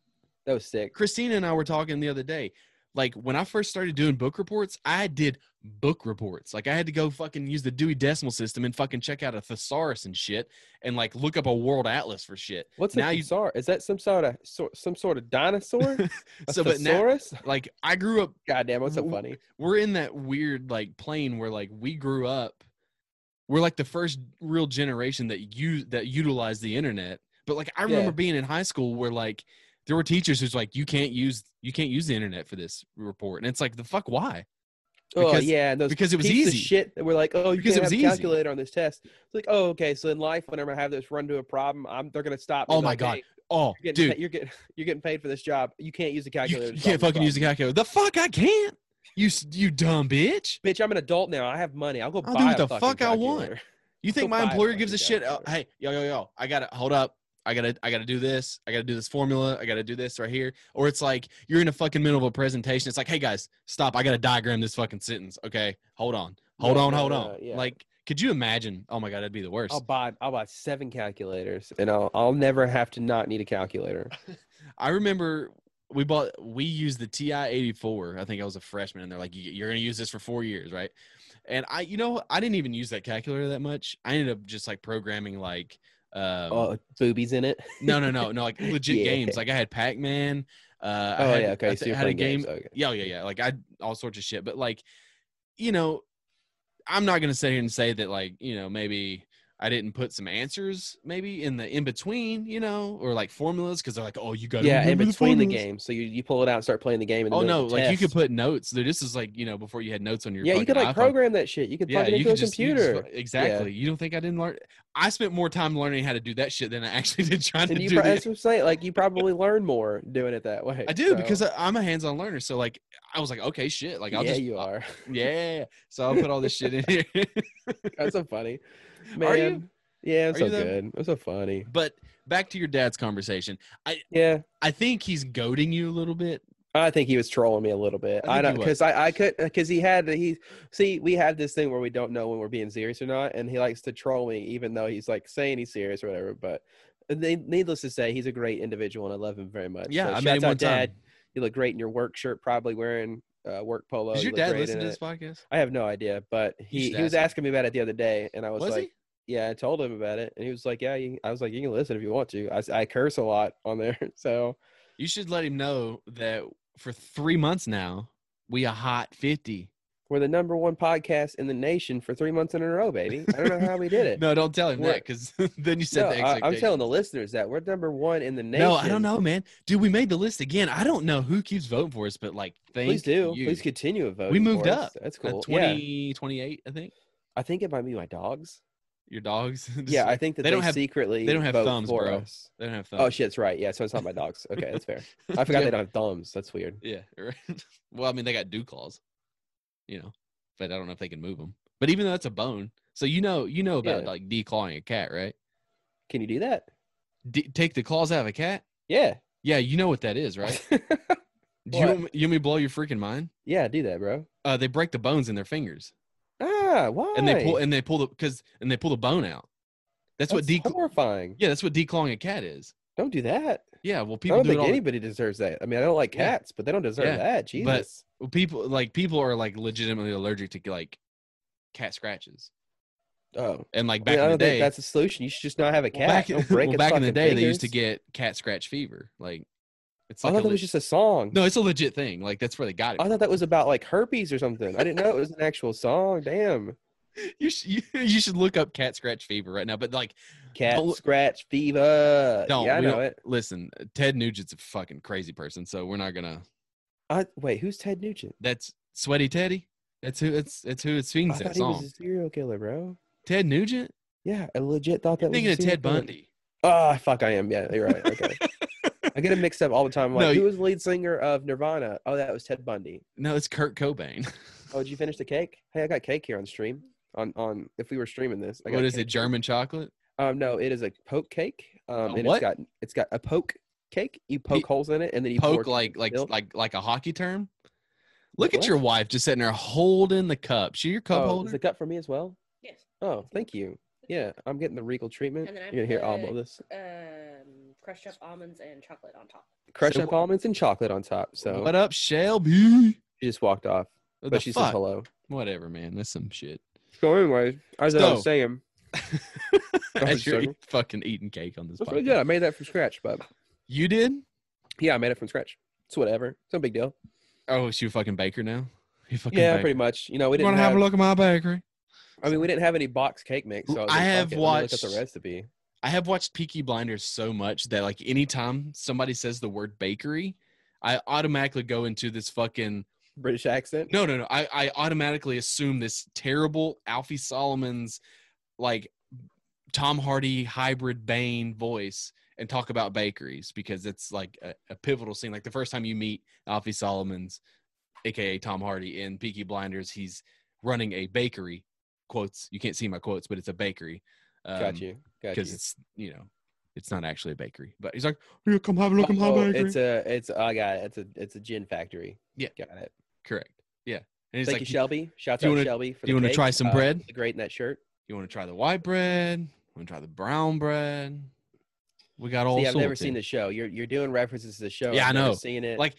S2: That was sick.
S1: Christina and I were talking the other day. Like when I first started doing book reports, I did book reports. Like I had to go fucking use the Dewey Decimal System and fucking check out a thesaurus and shit, and like look up a world atlas for shit.
S2: What's
S1: now
S2: a
S1: you-
S2: thesaur- Is that some sort of so- some sort of dinosaur? A
S1: So, but now,
S2: thesaurus?
S1: like I grew up,
S2: God damn, what's so
S1: W-
S2: funny?
S1: we're in that weird like plane where like we grew up, we're like the first real generation that you that utilized the internet. But like I
S2: Yeah.
S1: remember being in high school where like there were teachers who's like, you can't use you can't use the internet for this report, and it's like the fuck why?
S2: oh
S1: Because-
S2: yeah, and those
S1: Because it was
S2: piece of
S1: easy.
S2: shit that we're like, oh, you
S1: Because it
S2: can't
S1: was
S2: have a
S1: easy.
S2: calculator on this test. It's like, oh, okay. So in life, whenever I have this run to a problem, I'm they're gonna stop. me
S1: Oh
S2: and be
S1: my
S2: like,
S1: God,
S2: hey,
S1: Oh,
S2: you're getting,
S1: dude,
S2: pa- you're getting you're getting paid for this job. You can't use the
S1: you,
S2: calculator.
S1: you can't fucking use the calculator. The fuck I can't. You s- you dumb bitch.
S2: Bitch, I'm an adult now. I have money. I'll go
S1: I'll do
S2: buy
S1: what
S2: a
S1: the
S2: fucking
S1: fuck I want.
S2: calculator.
S1: You think
S2: Go
S1: my
S2: buy a
S1: employer
S2: fucking
S1: gives a shit? Oh,
S2: calculator.
S1: hey, yo, yo, yo, I gotta hold up. I gotta, I gotta do this. I gotta do this formula. I gotta do this right here. Or it's like you're in a fucking middle of a presentation. It's like, hey guys, stop. I gotta diagram this fucking sentence. Okay, hold on, hold
S2: Yeah,
S1: on,
S2: no,
S1: hold
S2: no,
S1: on.
S2: no, yeah.
S1: Like, could you imagine? Oh my god, that'd be the worst.
S2: I'll buy I'll buy seven calculators, and I'll I'll never have to not need a calculator.
S1: I remember we bought we used the TI eighty four. I think I was a freshman, and they're like, "You- "You're gonna use this for four years, right?" And I, you know, I didn't even use that calculator that much. I ended up just like programming like, um,
S2: oh, boobies in it.
S1: no, no, no, no, like legit
S2: Yeah.
S1: games. Like I had Pac Man. Uh, I
S2: Oh
S1: had,
S2: yeah, okay.
S1: I,
S2: so
S1: th-
S2: you're
S1: I had a
S2: playing
S1: game.
S2: games, okay.
S1: Yeah, yeah, yeah. Like I all sorts of shit. But like, you know, I'm not gonna sit here and say that like, you know, maybe I didn't put some answers maybe in the in between, you know, or like formulas because they're like, oh, you got
S2: Yeah, in between the games, so you, you pull it out and start playing the game. In the
S1: Oh
S2: middle
S1: no,
S2: of the
S1: like you could
S2: test.
S1: put notes. Dude, This is like you know before you had notes on your.
S2: yeah, you could
S1: fucking
S2: like
S1: iPhone.
S2: program that shit. You could plug it into
S1: could
S2: a
S1: just- you
S2: computer.
S1: just- exactly. You don't think I didn't learn? I spent more time learning how to do that shit than I actually did trying
S2: and
S1: to
S2: you
S1: do
S2: pro-
S1: it.
S2: that's what I'm saying. Like you probably learn more doing it that way.
S1: I do
S2: so-
S1: because I, I'm a hands-on learner. So like I was like, okay, shit. Like I'll
S2: yeah,
S1: just
S2: you are.
S1: yeah. So I'll put all this shit in here.
S2: That's so funny, man.
S1: Are you?
S2: Yeah, I'm
S1: Are
S2: so
S1: you though?
S2: good. I'm so funny.
S1: but back to your dad's conversation.
S2: Yeah,
S1: I think he's goading you a little bit.
S2: I think he was trolling me a little bit.
S1: I
S2: I,
S1: think
S2: don't
S1: he was.
S2: because I I could because he had he see we have this thing where we don't know when we're being serious or not, and he likes to troll me even though he's like saying he's serious or whatever. But and then- needless to say, he's a great individual and I love him very much.
S1: Yeah, I
S2: so
S1: met
S2: shouts
S1: him
S2: out,
S1: one
S2: Dad.
S1: time.
S2: You look great in your work shirt, probably wearing uh, work polo.
S1: Does
S2: You
S1: your
S2: look
S1: dad
S2: great
S1: listen
S2: in
S1: to
S2: it.
S1: this podcast?
S2: I have no idea, but he,
S1: should
S2: he was
S1: ask him.
S2: asking me about it the other day, and I was,
S1: Was,
S2: like, "Yeah," I told him about it, and he was like, "Yeah." You, I was like, "You can listen if you want to." I, s- I curse a lot on there, so
S1: he? You should let him know that for three months now we a hot fifty.
S2: we're the number one podcast in the nation for three months in a row, baby. I don't know how we did it.
S1: No, don't tell him
S2: We're-
S1: that because then you
S2: No,
S1: set the
S2: I,
S1: expectation.
S2: I'm telling the listeners that we're number one in the nation.
S1: No, I don't know, man. Dude, we made the list again. I don't know who keeps voting for us, but like, thank
S2: Please do.
S1: you.
S2: Please continue voting.
S1: moved
S2: for us.
S1: up
S2: That's
S1: Uh,
S2: cool. yeah,
S1: 20, 28, I think.
S2: I think it might be my dogs.
S1: Your dogs. Just
S2: Yeah, I
S1: like-
S2: think that
S1: they
S2: they,
S1: don't have-
S2: secretly
S1: they don't have
S2: vote
S1: thumbs,
S2: for
S1: bro.
S2: us.
S1: they don't have thumbs.
S2: Oh shit, that's right. Yeah, so it's not my dogs. Okay, that's fair. I forgot
S1: Yeah.
S2: they don't have thumbs. That's weird.
S1: Yeah. right. well, I mean, they got dew claws, you know, but I don't know if they can move them. But even though that's a bone, so you know, you know about
S2: Yeah.
S1: like declawing a cat, right?
S2: Can you do that?
S1: D- take the claws out of a cat.
S2: Yeah.
S1: Yeah, you know what that is, right? do you
S2: What?
S1: want me, you want me to blow your freaking mind?
S2: yeah, do that, bro.
S1: Uh, they break the bones in their fingers,
S2: Ah, why?
S1: and they pull and they pull the because and they pull the bone out. That's, what
S2: That's
S1: declaw.
S2: horrifying.
S1: Yeah, that's what declawing a cat is.
S2: Don't do that.
S1: Yeah, well,
S2: I
S1: people
S2: don't
S1: do it
S2: think
S1: all. the-
S2: anybody deserves that. I mean, I don't like
S1: Yeah.
S2: cats, but they don't deserve
S1: Yeah,
S2: that. Jesus.
S1: well, people like people are like legitimately allergic to like cat scratches,
S2: oh.
S1: and like
S2: I,
S1: back
S2: mean, I
S1: in
S2: don't
S1: the day,
S2: think that's a solution. You should just not have a
S1: well,
S2: cat.
S1: back,
S2: Don't
S1: well,
S2: break its
S1: back in the
S2: fucking
S1: day, they used to
S2: fingers.
S1: get cat scratch fever. Like it's
S2: I
S1: like
S2: thought
S1: a
S2: that was
S1: leg-
S2: just a song.
S1: no, it's a legit thing. Like that's where they got it.
S2: I thought that was about like herpes or something. I didn't know it was an actual song. Damn.
S1: you, sh- you you should look up cat scratch fever right now. But like,
S2: Cat
S1: Don't-
S2: scratch fever.
S1: don't
S2: Uh, yeah, I
S1: we
S2: know
S1: don't-
S2: it.
S1: listen, Ted Nugent's a fucking crazy person, so we're not gonna.
S2: I, wait, who's Ted Nugent?
S1: That's sweaty Teddy. That's who. That's that's who it's
S2: I
S1: fiends
S2: thought
S1: that
S2: he was
S1: song.
S2: a serial killer, bro.
S1: Ted Nugent.
S2: Yeah, I legit thought that was
S1: Thinking
S2: a
S1: of
S2: serial
S1: Ted
S2: killer.
S1: Bundy.
S2: Ah, fuck, I am. Yeah, you're right. Okay. I get it mixed up all the time. I'm
S1: No,
S2: Like,
S1: you-
S2: who was the lead singer of Nirvana? Oh, that was Ted Bundy.
S1: No, it's Kurt Cobain.
S2: Oh, did you finish the cake? Hey, I got cake here on stream. On on if we were streaming this, I got
S1: what is
S2: cake.
S1: it? German chocolate?
S2: Um, no, it is a poke cake. Um,
S1: A
S2: and
S1: what?
S2: it's got it's got a poke cake. You poke holes in it, and then you pour
S1: Poke like like
S2: milk.
S1: like like a hockey term. Look at
S2: What?
S1: your wife just sitting there holding the cup. She your cup
S2: Oh,
S1: holder.
S2: is the cup for me as well?
S3: Yes.
S2: Oh, thank you. Yeah, I'm getting the regal treatment.
S3: And then I
S2: You're gonna hear all
S3: put-
S2: of this.
S3: Um, crushed up almonds and chocolate on top.
S2: Crushed
S1: So
S2: up
S1: wh-
S2: almonds and chocolate on top. So
S1: What up, Shelby?
S2: she just walked off,
S1: What
S2: but
S1: the
S2: she says
S1: fuck?
S2: hello.
S1: Whatever, man. That's some shit.
S2: So anyway, as I "Oh,
S1: So-
S2: was saying,
S1: As you're
S2: sorry.
S1: eat- fucking eating cake on this
S2: that's pretty
S1: podcast.
S2: good. I made that from scratch, but
S1: You did?
S2: yeah, I made it from scratch. It's whatever. It's no big deal.
S1: Oh, is you a fucking baker now? You fucking
S2: Yeah,
S1: baker.
S2: pretty much. You know, we
S1: You
S2: didn't
S1: want to
S2: have.
S1: have a look at my bakery?
S2: I mean, we didn't have any box cake mix. So I, was
S1: I
S2: like,
S1: have
S2: "Fuck it, let me look at
S1: watched-
S2: the recipe.
S1: I have watched Peaky Blinders so much that like anytime somebody says the word bakery, I automatically go into this fucking
S2: British accent.
S1: no no no. I, I automatically assume this terrible Alfie Solomon's like Tom Hardy hybrid Bane voice and talk about bakeries because it's like a, a pivotal scene. Like the first time you meet Alfie Solomon's, aka Tom Hardy in Peaky Blinders, he's running a bakery. Quotes. You can't see my quotes, but it's a bakery. Um,
S2: Got you. Got you.
S1: because it's you know it's not actually a bakery but he's like yeah, come have a look at my
S2: Oh,
S1: bakery
S2: it's a it's I got it. It's a it's a gin factory.
S1: Yeah.
S2: Got it.
S1: correct yeah and he's
S2: Thank
S1: like
S2: you, Shelby. Shouts
S1: do you
S2: out
S1: wanna-
S2: Shelby for
S1: do you
S2: want
S1: wanna
S2: to
S1: try some bread?
S2: Great in that shirt.
S1: you want to try the white bread want to try the brown bread we got all
S2: See, I've
S1: sorts
S2: never seen
S1: in.
S2: the show. You're you're doing references to the show.
S1: Yeah,
S2: I've
S1: I
S2: never
S1: know.
S2: Seen it.
S1: like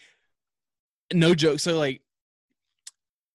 S1: no joke so like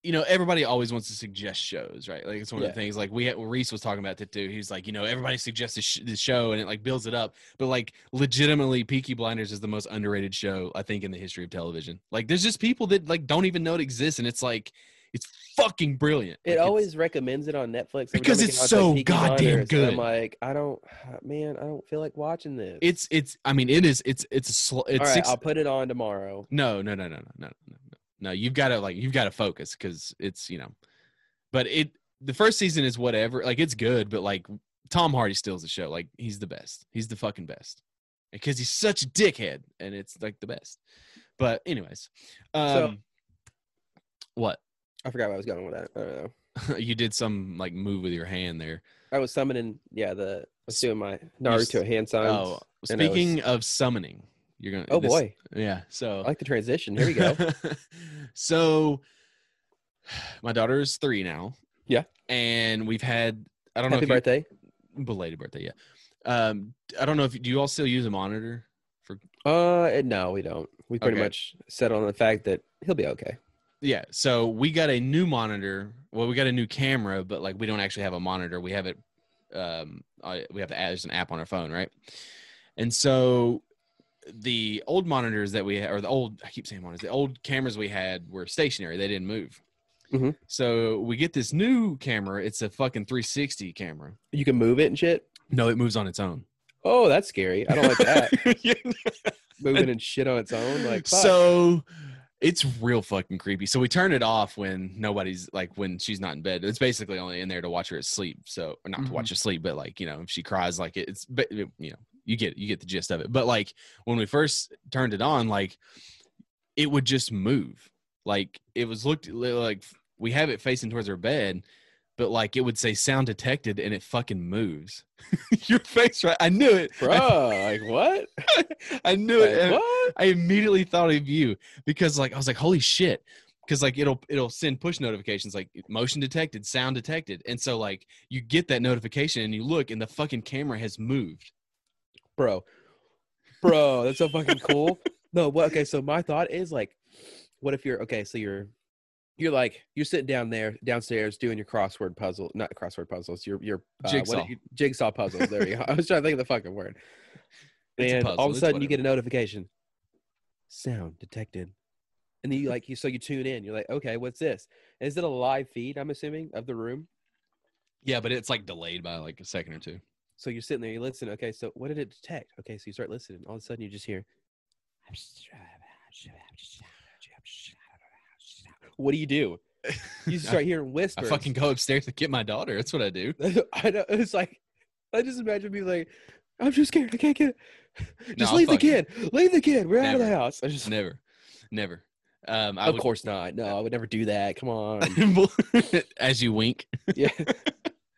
S1: you know everybody always wants to suggest shows right like it's one of
S2: Yeah.
S1: the things like we had reese was talking about it too he's like you know everybody suggests this, sh- this show and it like builds it up but like legitimately peaky blinders is the most underrated show i think in the history of television like there's just people that like don't even know it exists and it's like it's fucking brilliant Like,
S2: it
S1: it's-
S2: always recommends it on Netflix every
S1: Because
S2: time it
S1: it's
S2: comes out,
S1: so
S2: Peaky
S1: goddamn
S2: Blinders, and
S1: good.
S2: I'm like, I don't, man, I don't feel like watching this.
S1: it's it's i mean it is it's it's a sl- it's
S2: all right.
S1: six,
S2: I'll put it on tomorrow.
S1: No, no, no, no, no, no, no, no. No, you've got to like you've got to focus because it's you know, but it the first season is whatever. Like it's good, but like Tom Hardy steals the show. Like he's the best. He's the fucking best because he's such a dickhead, and it's like the best. But anyways, um,
S2: So-
S1: what
S2: I forgot where I was going with that. I don't know.
S1: you did some like move with your hand there.
S2: I was summoning. Yeah, the I was doing my
S1: s-
S2: Naruto hand signs.
S1: Oh,
S2: Oh, and I was- Oh,
S1: speaking of summoning, you're gonna. this- oh.
S2: boy,
S1: yeah. So
S2: I like the transition. Here we go.
S1: so my daughter is three now.
S2: Yeah.
S1: And we've had I don't
S2: Happy
S1: know if
S2: birthday.
S1: you, belated birthday, yeah. Um I don't know if do you all still use a monitor?
S2: Uh, and no, we don't. We pretty
S1: Okay.
S2: much settled on the fact that he'll be okay.
S1: Yeah. So we got a new monitor. Well, we got a new camera, but like we don't actually have a monitor. We have it um I, we have the there's an app on our phone, right? And so the old monitors that we had, or the old I keep saying monitors, the old cameras we had were stationary. They didn't move.
S2: Mhm.
S1: So we get this new camera. It's a fucking 360 camera.
S2: You can move it and shit.
S1: No, it moves on its own.
S2: Oh, that's scary. I don't like that.
S1: Yeah.
S2: Moving and shit on its own. Like fuck.
S1: so it's real fucking creepy. So we turn it off when nobody's like when she's not in bed. It's basically only in there to watch her sleep. So or not to
S2: Mm-hmm.
S1: watch her sleep, but like you know if she cries, like it, it's but you know you get you get the gist of it. But like when we first turned it on, like it would just move. Like it was looked like we have it facing towards her bed, but like it would say sound detected and it fucking moves. Your face, right? I knew it.
S2: bro, like what?
S1: I knew it.
S2: Like, what?
S1: I immediately thought of you because like I was like, holy shit. Cause like it'll it'll send push notifications like motion detected, sound detected. And so like you get that notification and you look and the fucking camera has moved.
S2: Bro. Bro, that's so fucking cool. no, what okay, so my thought is like, what if you're okay, so you're you're like you're sitting down there downstairs doing your crossword puzzle, not crossword puzzles, your your uh, what are
S1: Jigsaw.
S2: you- jigsaw puzzles. There you go. I was trying to think of the fucking word.
S1: It's a
S2: and all
S1: puzzle,
S2: of a
S1: it's
S2: sudden you get a notification sound detected and then you like you so you tune in you're like okay what's this is it a live feed i'm assuming of the room
S1: Yeah, but it's like delayed by like a second or two.
S2: so you're sitting there you listen okay so what did it detect okay so you start listening all of a sudden you just hear what do you do you start hearing
S1: I,
S2: whispers
S1: fucking go upstairs to get my daughter. That's what I do.
S2: I know, it's like i just imagine me like i'm too scared i can't get it just
S1: I'll
S2: leave the
S1: fucking-
S2: kid leave the kid we're out of the
S1: Never.
S2: house I just,
S1: Never. Never. Um I
S2: of
S1: would
S2: course not no i would never do that come on
S1: as you wink.
S2: Yeah.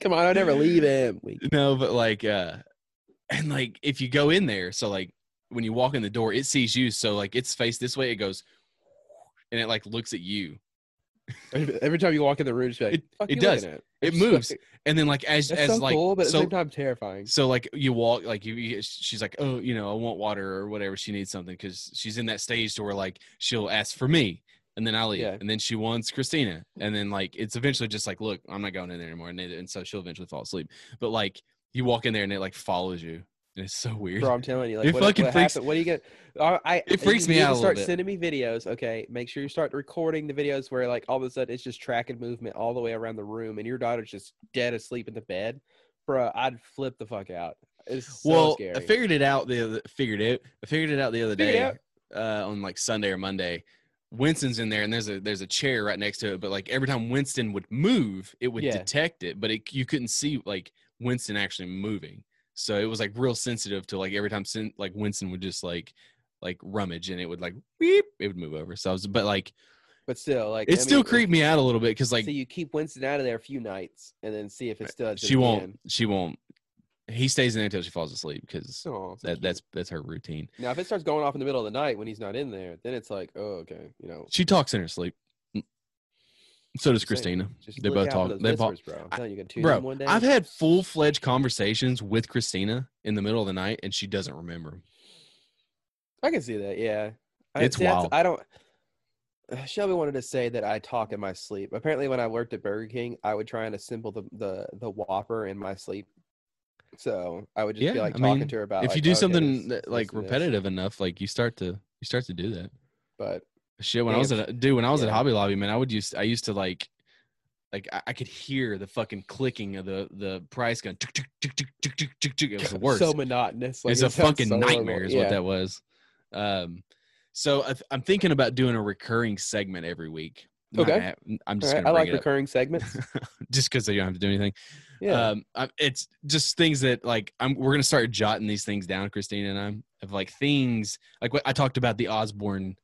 S2: Come on, I'll never leave him. We,
S1: No, but like uh and like if you go in there, so like when you walk in the door, it sees you. So like its face this way, it goes and it like looks at you.
S2: every every time you walk in the room, just be like,
S1: It-
S2: "Fuck
S1: it
S2: you looking
S1: does.
S2: at?"
S1: It
S2: It's
S1: moves.
S2: like-
S1: And then like as
S2: That's
S1: as
S2: so
S1: like
S2: cool, but at the
S1: so
S2: same time terrifying.
S1: so like you walk like you, you she's like, "Oh, you know, I want water or whatever. She needs something cuz she's in that stage to where like she'll ask for me." And then I leave,
S2: Yeah.
S1: and then she wants Christina, and then like it's eventually just like, look, I'm not going in there anymore, and, and so she'll eventually fall asleep. But like you walk in there and it like follows you, and it's so weird.
S2: Bro, I'm telling you, like,
S1: It
S2: what,
S1: fucking
S2: what
S1: freaks-
S2: happened? What do you get? I, I,
S1: It freaks
S2: you
S1: me
S2: need
S1: out a
S2: To
S1: little
S2: start
S1: bit.
S2: sending me videos, okay? Make sure you start recording the videos where, like, all of a sudden it's just tracking movement all the way around the room, and your daughter's just dead asleep in the bed. bro, I'd flip the fuck out. It's so
S1: well,
S2: scary.
S1: I figured it out the other, figured it I figured it out the other
S2: Figured it
S1: day
S2: out.
S1: uh, on like Sunday or Monday. Winston's in there, and there's a there's a chair right next to it. But like every time Winston would move, it would
S2: Yeah.
S1: detect it, but it, you couldn't see like Winston actually moving. So it was like real sensitive to like every time sin, like Winston would just like like rummage, and it would like beep, it would move over. So I was, but like
S2: but still, like
S1: it
S2: I
S1: still
S2: mean,
S1: creeped me out a little bit because like
S2: so you keep Winston out of there a few nights and then see if it still. does it
S1: she won't
S2: again.
S1: she won't. He stays in there until she falls asleep because
S2: Aw, so
S1: that,
S2: cute.
S1: that's that's her routine.
S2: now if it starts going off in the middle of the night when he's not in there, then it's like, oh okay, you know.
S1: She talks in her sleep. So does
S2: I'm saying,
S1: Christina.
S2: Just
S1: They
S2: look
S1: both
S2: out for
S1: talk-
S2: those
S1: they bo-
S2: whispers, bro. I'm telling you, you can tune
S1: Bro,
S2: in one day.
S1: I've had full fledged conversations with Christina in the middle of the night, and she doesn't remember 'em.
S2: I can see that. Yeah, I,
S1: It's
S2: see, that's-
S1: wild.
S2: I don't. Shelby wanted to say that I talk in my sleep. Apparently, when I worked at Burger King, I would try and assemble the the, the Whopper in my sleep. So I would just be
S1: Yeah,
S2: like
S1: I
S2: talking
S1: mean,
S2: to her about
S1: if
S2: like, "Oh,
S1: you do
S2: "Okay,
S1: something
S2: this-
S1: that,
S2: this
S1: like
S2: and this."
S1: repetitive enough, like you start to you start to do that.
S2: But
S1: Shit, when I was
S2: Damn.
S1: at dude, when I was at
S2: Yeah.
S1: Hobby Lobby, man, I would use I used to like like I, I could hear the fucking clicking of the the price gun. Tick, tick, tick, tick, tick, tick, tick, tick. It was the worst.
S2: so monotonous. Like,
S1: it's
S2: it
S1: a
S2: sounds
S1: fucking
S2: so horrible.
S1: nightmare, is
S2: yeah.
S1: what that was. Um, so I th- I'm thinking about doing a recurring segment every week. Not
S2: Okay.
S1: gonna hap- I'm just
S2: All right,
S1: gonna
S2: I like
S1: bring it up.
S2: recurring segments.
S1: just because you don't have to do anything.
S2: Yeah,
S1: Um, I, it's just things that like I'm. We're gonna start jotting these things down, Christina and I, of like things like what I talked about the Osborne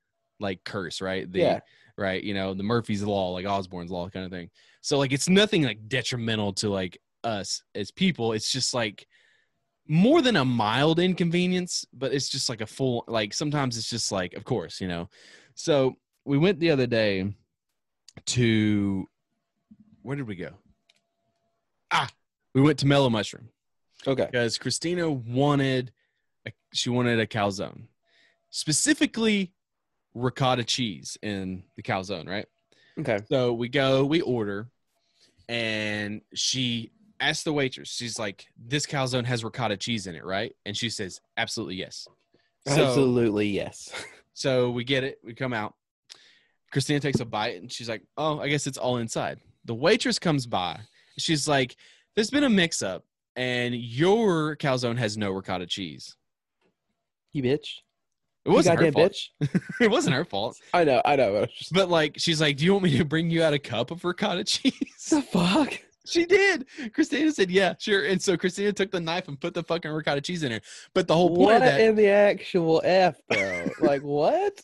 S1: like curse, right? The,
S2: yeah.
S1: Right. You know the Murphy's law, like Osborne's law, kind of thing. So like it's nothing like detrimental to like us as people. It's just like more than a mild inconvenience, but it's just like a full like sometimes it's just like of course you know. So we went the other day to where did we go? Ah, we went to Mellow Mushroom
S2: Okay.
S1: because Christina wanted a, she wanted a calzone, specifically ricotta cheese in the calzone, right?
S2: Okay.
S1: So we go, we order, and she asks the waitress, she's like, This calzone has ricotta cheese in it, right? And she says, Absolutely, yes. So-
S2: Absolutely yes.
S1: so we get it. We come out. Christina takes a bite and she's like, "Oh, I guess it's all inside." The waitress comes by. She's like, "There's been a mix-up, and your calzone has no ricotta cheese."
S2: you bitch.
S1: It wasn't
S2: you
S1: her fault.
S2: goddamn bitch.
S1: It wasn't her fault.
S2: I know. I know. But I'm just,
S1: But like, she's like, "Do you want me to bring you out a cup of ricotta cheese?"
S2: the fuck.
S1: she did. Christina said, "Yeah, sure." And so Christina took the knife and put the fucking ricotta cheese in there. But the whole point
S2: what
S1: of that,
S2: in the actual f, bro? like what?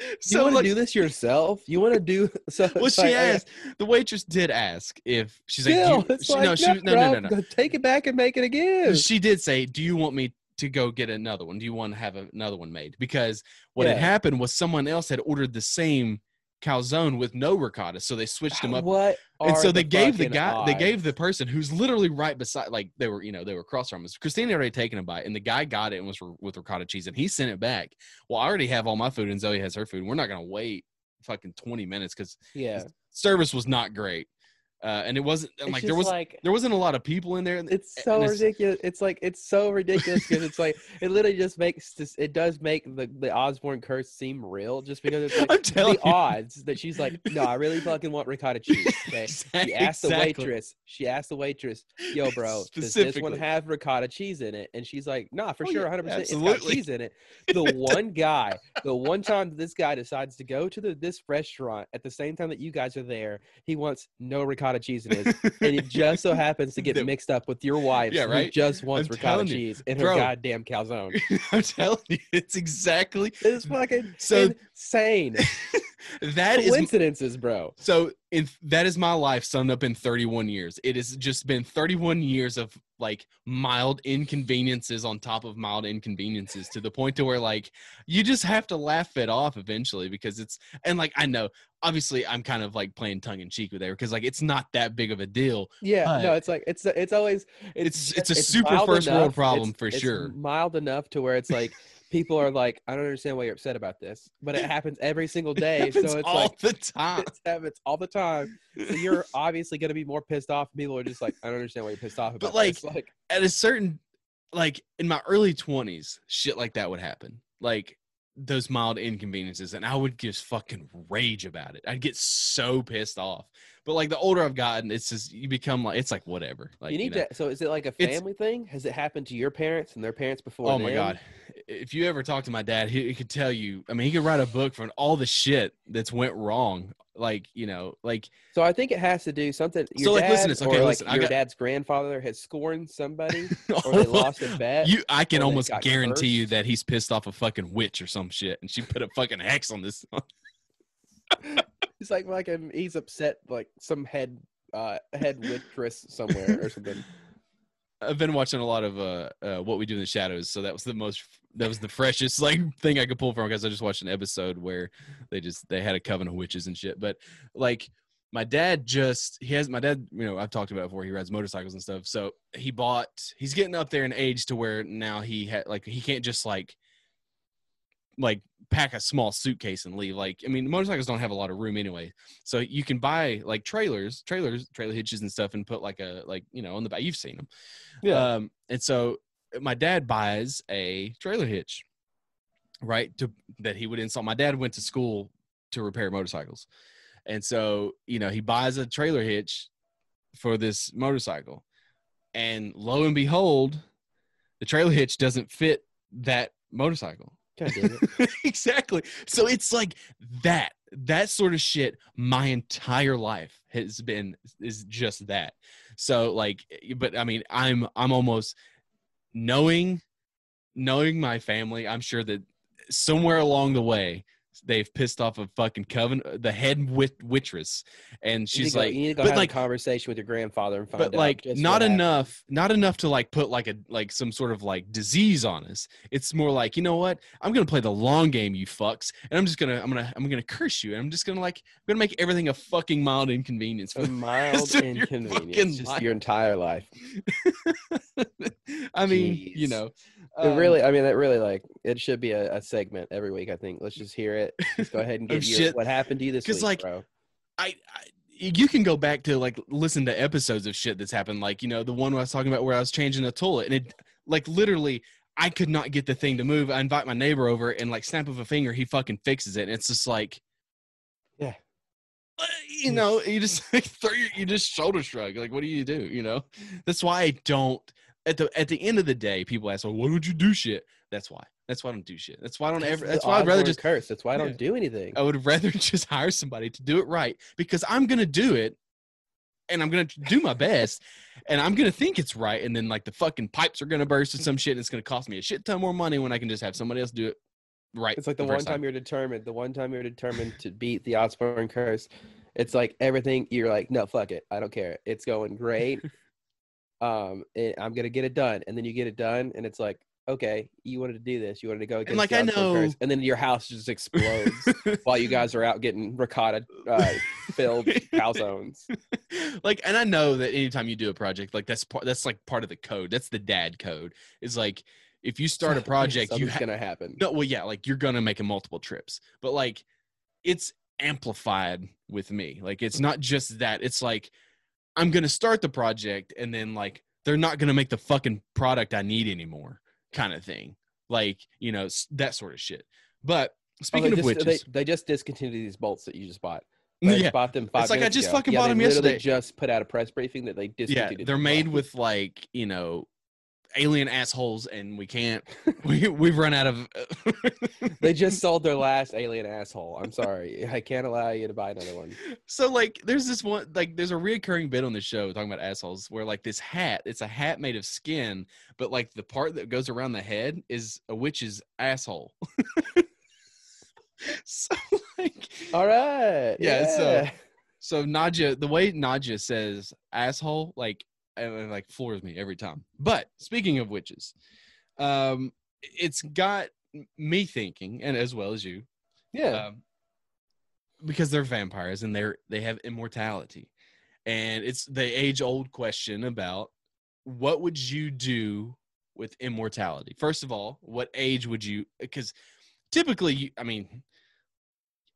S2: you
S1: so
S2: want to
S1: like,
S2: do this yourself? You want to do so?
S1: well,
S2: it's
S1: she
S2: like, okay,
S1: asked. The waitress did ask if she's
S2: still,
S1: like, do you,
S2: it's
S1: she,
S2: like,
S1: no, she, no, no,
S2: bro,
S1: no, no,
S2: go Take it back and make it again.
S1: she did say, "Do you want me to go get another one? Do you want to have another one made?" Because what had
S2: Yeah.
S1: happened was someone else had ordered the same calzone with no ricotta, so they
S2: Ah,
S1: switched them up.
S2: What?
S1: And
S2: are
S1: so they
S2: the
S1: gave the
S2: fucking
S1: guy, they gave the
S2: odds?
S1: person who's literally right beside, like they were, you know, they were cross from us. Christina had already taken a bite, and the guy got it and was r- with ricotta cheese, and he sent it back. Well, I already have all my food, and Zoe has her food. We're not gonna wait fucking twenty minutes because
S2: Yeah,
S1: service was not great, uh, and it wasn't and,
S2: It's
S1: like there
S2: just
S1: was not
S2: like
S1: there wasn't a lot of people in there. and-
S2: it's so
S1: and it's-
S2: ridiculous. It's like it's so ridiculous because it's like it literally just makes this, it does make the the Osborne curse seem real just because it's like
S1: I'm telling
S2: the
S1: you.
S2: odds that she's like, no, I really fucking want ricotta cheese. Okay. She asked the waitress. She asked the waitress, "Yo, bro, does this one
S1: Specifically.
S2: have ricotta cheese in it?" And she's like, "Nah, for
S1: Oh,
S2: sure,
S1: yeah,
S2: 100. percent It's got
S1: absolutely."
S2: cheese in it." The one guy, the one time that this guy decides to go to the, this restaurant at the same time that you guys are there, he wants no ricotta cheese in his, and it just so happens to get
S1: That-
S2: mixed up with your wife,
S1: Yeah,
S2: who
S1: right?
S2: just wants ricotta
S1: telling you,
S2: cheese in
S1: bro.
S2: her goddamn calzone.
S1: I'm telling you, it's exactly
S2: It's fucking
S1: So-
S2: insane
S1: that is
S2: coincidences, bro.
S1: so. In that is my life summed up in 31 years. It has just been 31 years of like mild inconveniences on top of mild inconveniences to the point to where like you just have to laugh it off eventually because it's and like I know obviously I'm kind of like playing tongue in cheek with it because like it's not that big of a deal,
S2: Yeah, no,
S1: But-
S2: it's like it's it's always
S1: It's-
S2: just-
S1: it's a super
S2: mild
S1: first world
S2: enough-
S1: problem
S2: it's-
S1: for
S2: it's
S1: sure.
S2: Mild enough to where it's like people are like, I don't understand why you're upset about this, but it happens every single
S1: It
S2: day. so
S1: happens
S2: it's
S1: all
S2: like
S1: the time.
S2: it happens all the time. So you're obviously gonna be more pissed off. People are just like, I don't understand why you're pissed off about.
S1: But,
S2: this." like
S1: at a certain like in my early 20s shit like that would happen like those mild inconveniences and I would just fucking rage about it. I'd get so pissed off. But like the older I've gotten, it's just you become like it's like whatever. Like
S2: you need
S1: know.
S2: to. So is it like a
S1: It's-
S2: family thing? Has it happened to your parents and their parents before?
S1: Oh my
S2: them?
S1: god. If you ever talk to my dad, he, he could tell you. I mean, he could write a book from all the shit that's went wrong. Like, you know, like
S2: So I think it has to do something. Your
S1: So, like,
S2: dad,
S1: listen, it's- okay,
S2: or,
S1: listen, I
S2: like your
S1: got-
S2: dad's grandfather has scorned somebody, or they lost a bet.
S1: You, I can
S2: or they
S1: almost
S2: got
S1: guarantee you
S2: cursed.
S1: that he's pissed off a fucking witch or some shit, and she put a fucking hex on this.
S2: It's like like um, he's upset like some head uh head waitress somewhere or something.
S1: I've been watching a lot of uh, uh, what we do in the shadows, so that was the most, that was the freshest like thing I could pull from because I just watched an episode where they just they had a coven of witches and shit. But like my dad just he has my dad, you know, I've talked about it before. He rides motorcycles and stuff, so he bought. He's getting up there in age to where now he had like he can't just like like pack a small suitcase and leave. Like, I mean, motorcycles don't have a lot of room anyway. So you can buy like trailers, trailers, trailer hitches and stuff, and put like a like you know on the back. You've seen them,
S2: Yeah.
S1: Um, and so my dad buys a trailer hitch, right? To that he would install. My dad went to school to repair motorcycles, and so you know he buys a trailer hitch for this motorcycle, and lo and behold, the trailer hitch doesn't fit that motorcycle.
S2: God damn it.
S1: exactly. So it's like that that sort of shit my entire life has been is just that. So like eh, but I mean I'm I'm almost knowing knowing my family, I'm sure that somewhere along the way they've pissed off a fucking coven the head wit- witchess and
S2: You need
S1: she's
S2: to go-
S1: like
S2: you need to go
S1: but
S2: have
S1: like-
S2: a conversation with your grandfather and find out.
S1: but like
S2: just
S1: not
S2: what happened.
S1: enough not enough to like put like a like some sort of like disease on us it's more like you know what i'm gonna play the long game you fucks and i'm just gonna i'm gonna i'm gonna curse you and i'm just gonna like i'm gonna make everything a fucking mild inconvenience for
S2: A mild
S1: rest of your fucking
S2: inconvenience, just
S1: life.
S2: your entire life.
S1: i mean you
S2: Oh, Jeez.
S1: know um,
S2: it really, I mean, it really like it should be a, a segment every week. I think. Let's just hear it. Just go ahead and
S1: Oh,
S2: give your
S1: shit.
S2: what happened to you this
S1: 'Cause,
S2: week,
S1: like,
S2: bro.
S1: I, I you can go back to like listen to episodes of shit that's happened like you know the one where i was talking about where i was changing a toilet and it like literally i could not get the thing to move i invite my neighbor over and like snap of a finger he fucking fixes it and it's just like
S2: Yeah.
S1: Uh, you know you just like throw your, you just shoulder shrug like what do you do you know that's why i don't at the at the end of the day people ask well why don't you do shit that's why that's why i don't do shit that's why i don't ever
S2: the
S1: that's why i'd rather
S2: Osborne
S1: just
S2: curse. That's why I don't
S1: Yeah.
S2: do anything.
S1: I would rather just hire somebody to do it right because I'm going to do it and I'm going to do my best and I'm going to think it's right. And then, like, the fucking pipes are going to burst and some shit. And it's going to cost me a shit ton more money when I can just have somebody else do it right.
S2: It's like the, one
S1: first
S2: time, you're determined. The one time you're determined to beat the Osborne curse. It's like everything. You're like, no, fuck it. I don't care. It's going great. um, it, I'm gonna get it done, and then you get it done, and it's like, okay, you wanted to do this. You wanted to go against
S1: like,
S2: the
S1: I
S2: Osborne
S1: know-
S2: curse, and then your house just explodes while you guys are out getting ricotta uh, filled calzones.
S1: like and i know that anytime you do a project like that's part that's like part of the code that's the dad code is like if you start a project you
S2: Something's
S1: ha-
S2: gonna happen.
S1: No, well, yeah, like you're gonna make a multiple trips, but like it's amplified with me. Like it's not just that. It's like I'm gonna start the project and then like they're not gonna make the fucking product I need anymore, kind of thing. Like you know s- that sort of shit. But
S2: Oh,
S1: speaking
S2: they
S1: of
S2: just,
S1: witches,
S2: They, they just discontinued these bolts that you just bought. I
S1: yeah,
S2: just bought them five.
S1: It's like I
S2: minutes
S1: just
S2: ago.
S1: fucking
S2: Yeah,
S1: bought
S2: they
S1: them
S2: literally
S1: yesterday.
S2: Just put out a press briefing that they
S1: yeah,
S2: discontinued.
S1: they're
S2: the
S1: made
S2: product.
S1: with like you know alien assholes, and we can't. we we've run out of.
S2: They just sold their last alien asshole. I'm sorry, I can't allow you to buy another one.
S1: So like, there's this one like there's a reoccurring bit on the show talking about assholes where like this hat, it's a hat made of skin, but like the part that goes around the head is a witch's asshole. so like,
S2: All right.
S1: Yeah, uh,
S2: Yeah.
S1: so- so Nadja, the way Nadja says asshole, like, and, and, like floors me every time. But speaking of witches, um, it's got me thinking, and as well as you,
S2: yeah.
S1: um, because they're vampires and they're they have immortality and it's the age old question about what would you do with immortality first of all what age would you because typically you, i mean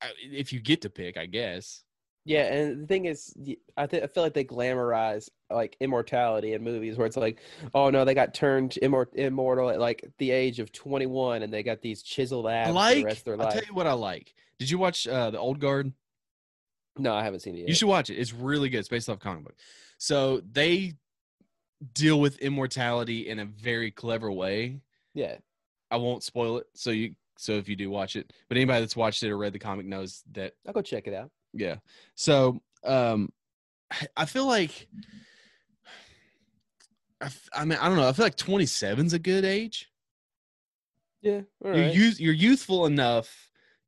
S1: I- if you get to pick i guess
S2: Yeah, and the thing is, y- I th- I feel like they glamorize like immortality in movies where it's like, oh no, they got turned immor- immortal at like the age of 21, and they got these chiseled
S1: I
S2: abs for the
S1: like.
S2: rest of their
S1: I'll tell
S2: life.
S1: you what I like. Did you watch uh, the Old Guard?
S2: No, I haven't seen it yet.
S1: You should watch it. It's really good. It's based off comic book. So they deal with immortality in a very clever way.
S2: Yeah,
S1: I won't spoil it. So you so if you do watch it, but anybody that's watched it or read the comic knows that
S2: I'll go check it out.
S1: yeah. So um I- I feel like I, f- I mean I don't know. I feel like 27's a good age.
S2: Yeah, all
S1: You're
S2: right.
S1: use, you're youthful enough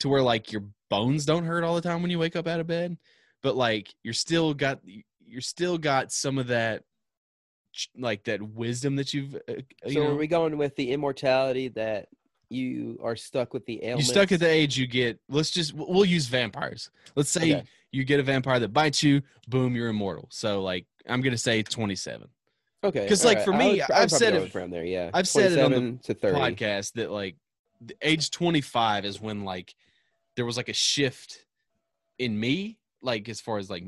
S1: to where like your bones don't hurt all the time when you wake up out of bed, but like you're still got you're still got some of that ch- like that wisdom that you've uh, you
S2: so
S1: know
S2: are we going with the immortality that you are stuck with the
S1: you're
S2: ailments?
S1: stuck at the age you get. Let's just we'll we'll use vampires. Let's say
S2: Okay.
S1: you get a vampire that bites you, boom, you're immortal. So like I'm gonna say 27.
S2: okay.
S1: 'cause,
S2: all
S1: like, for
S2: I
S1: me,
S2: would- I would
S1: I've
S2: probably
S1: said
S2: go
S1: it-
S2: with around there. Yeah,
S1: I've said it on the
S2: 27 to 30.
S1: podcast that like the age 25 is when like there was like a shift in me like as far as like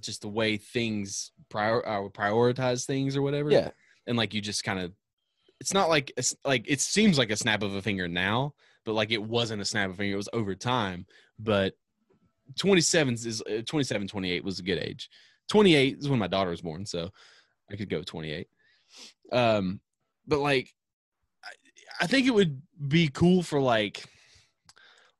S1: just the way things prior I would prioritize things or whatever
S2: Yeah,
S1: and like you just kind of it's not like it's like it seems like a snap of a finger now but like it wasn't a snap of a finger it was over time but 27 is uh, 27 28 was a good age 28 is when my daughter was born so i could go with 28 um but like I, I think it would be cool for like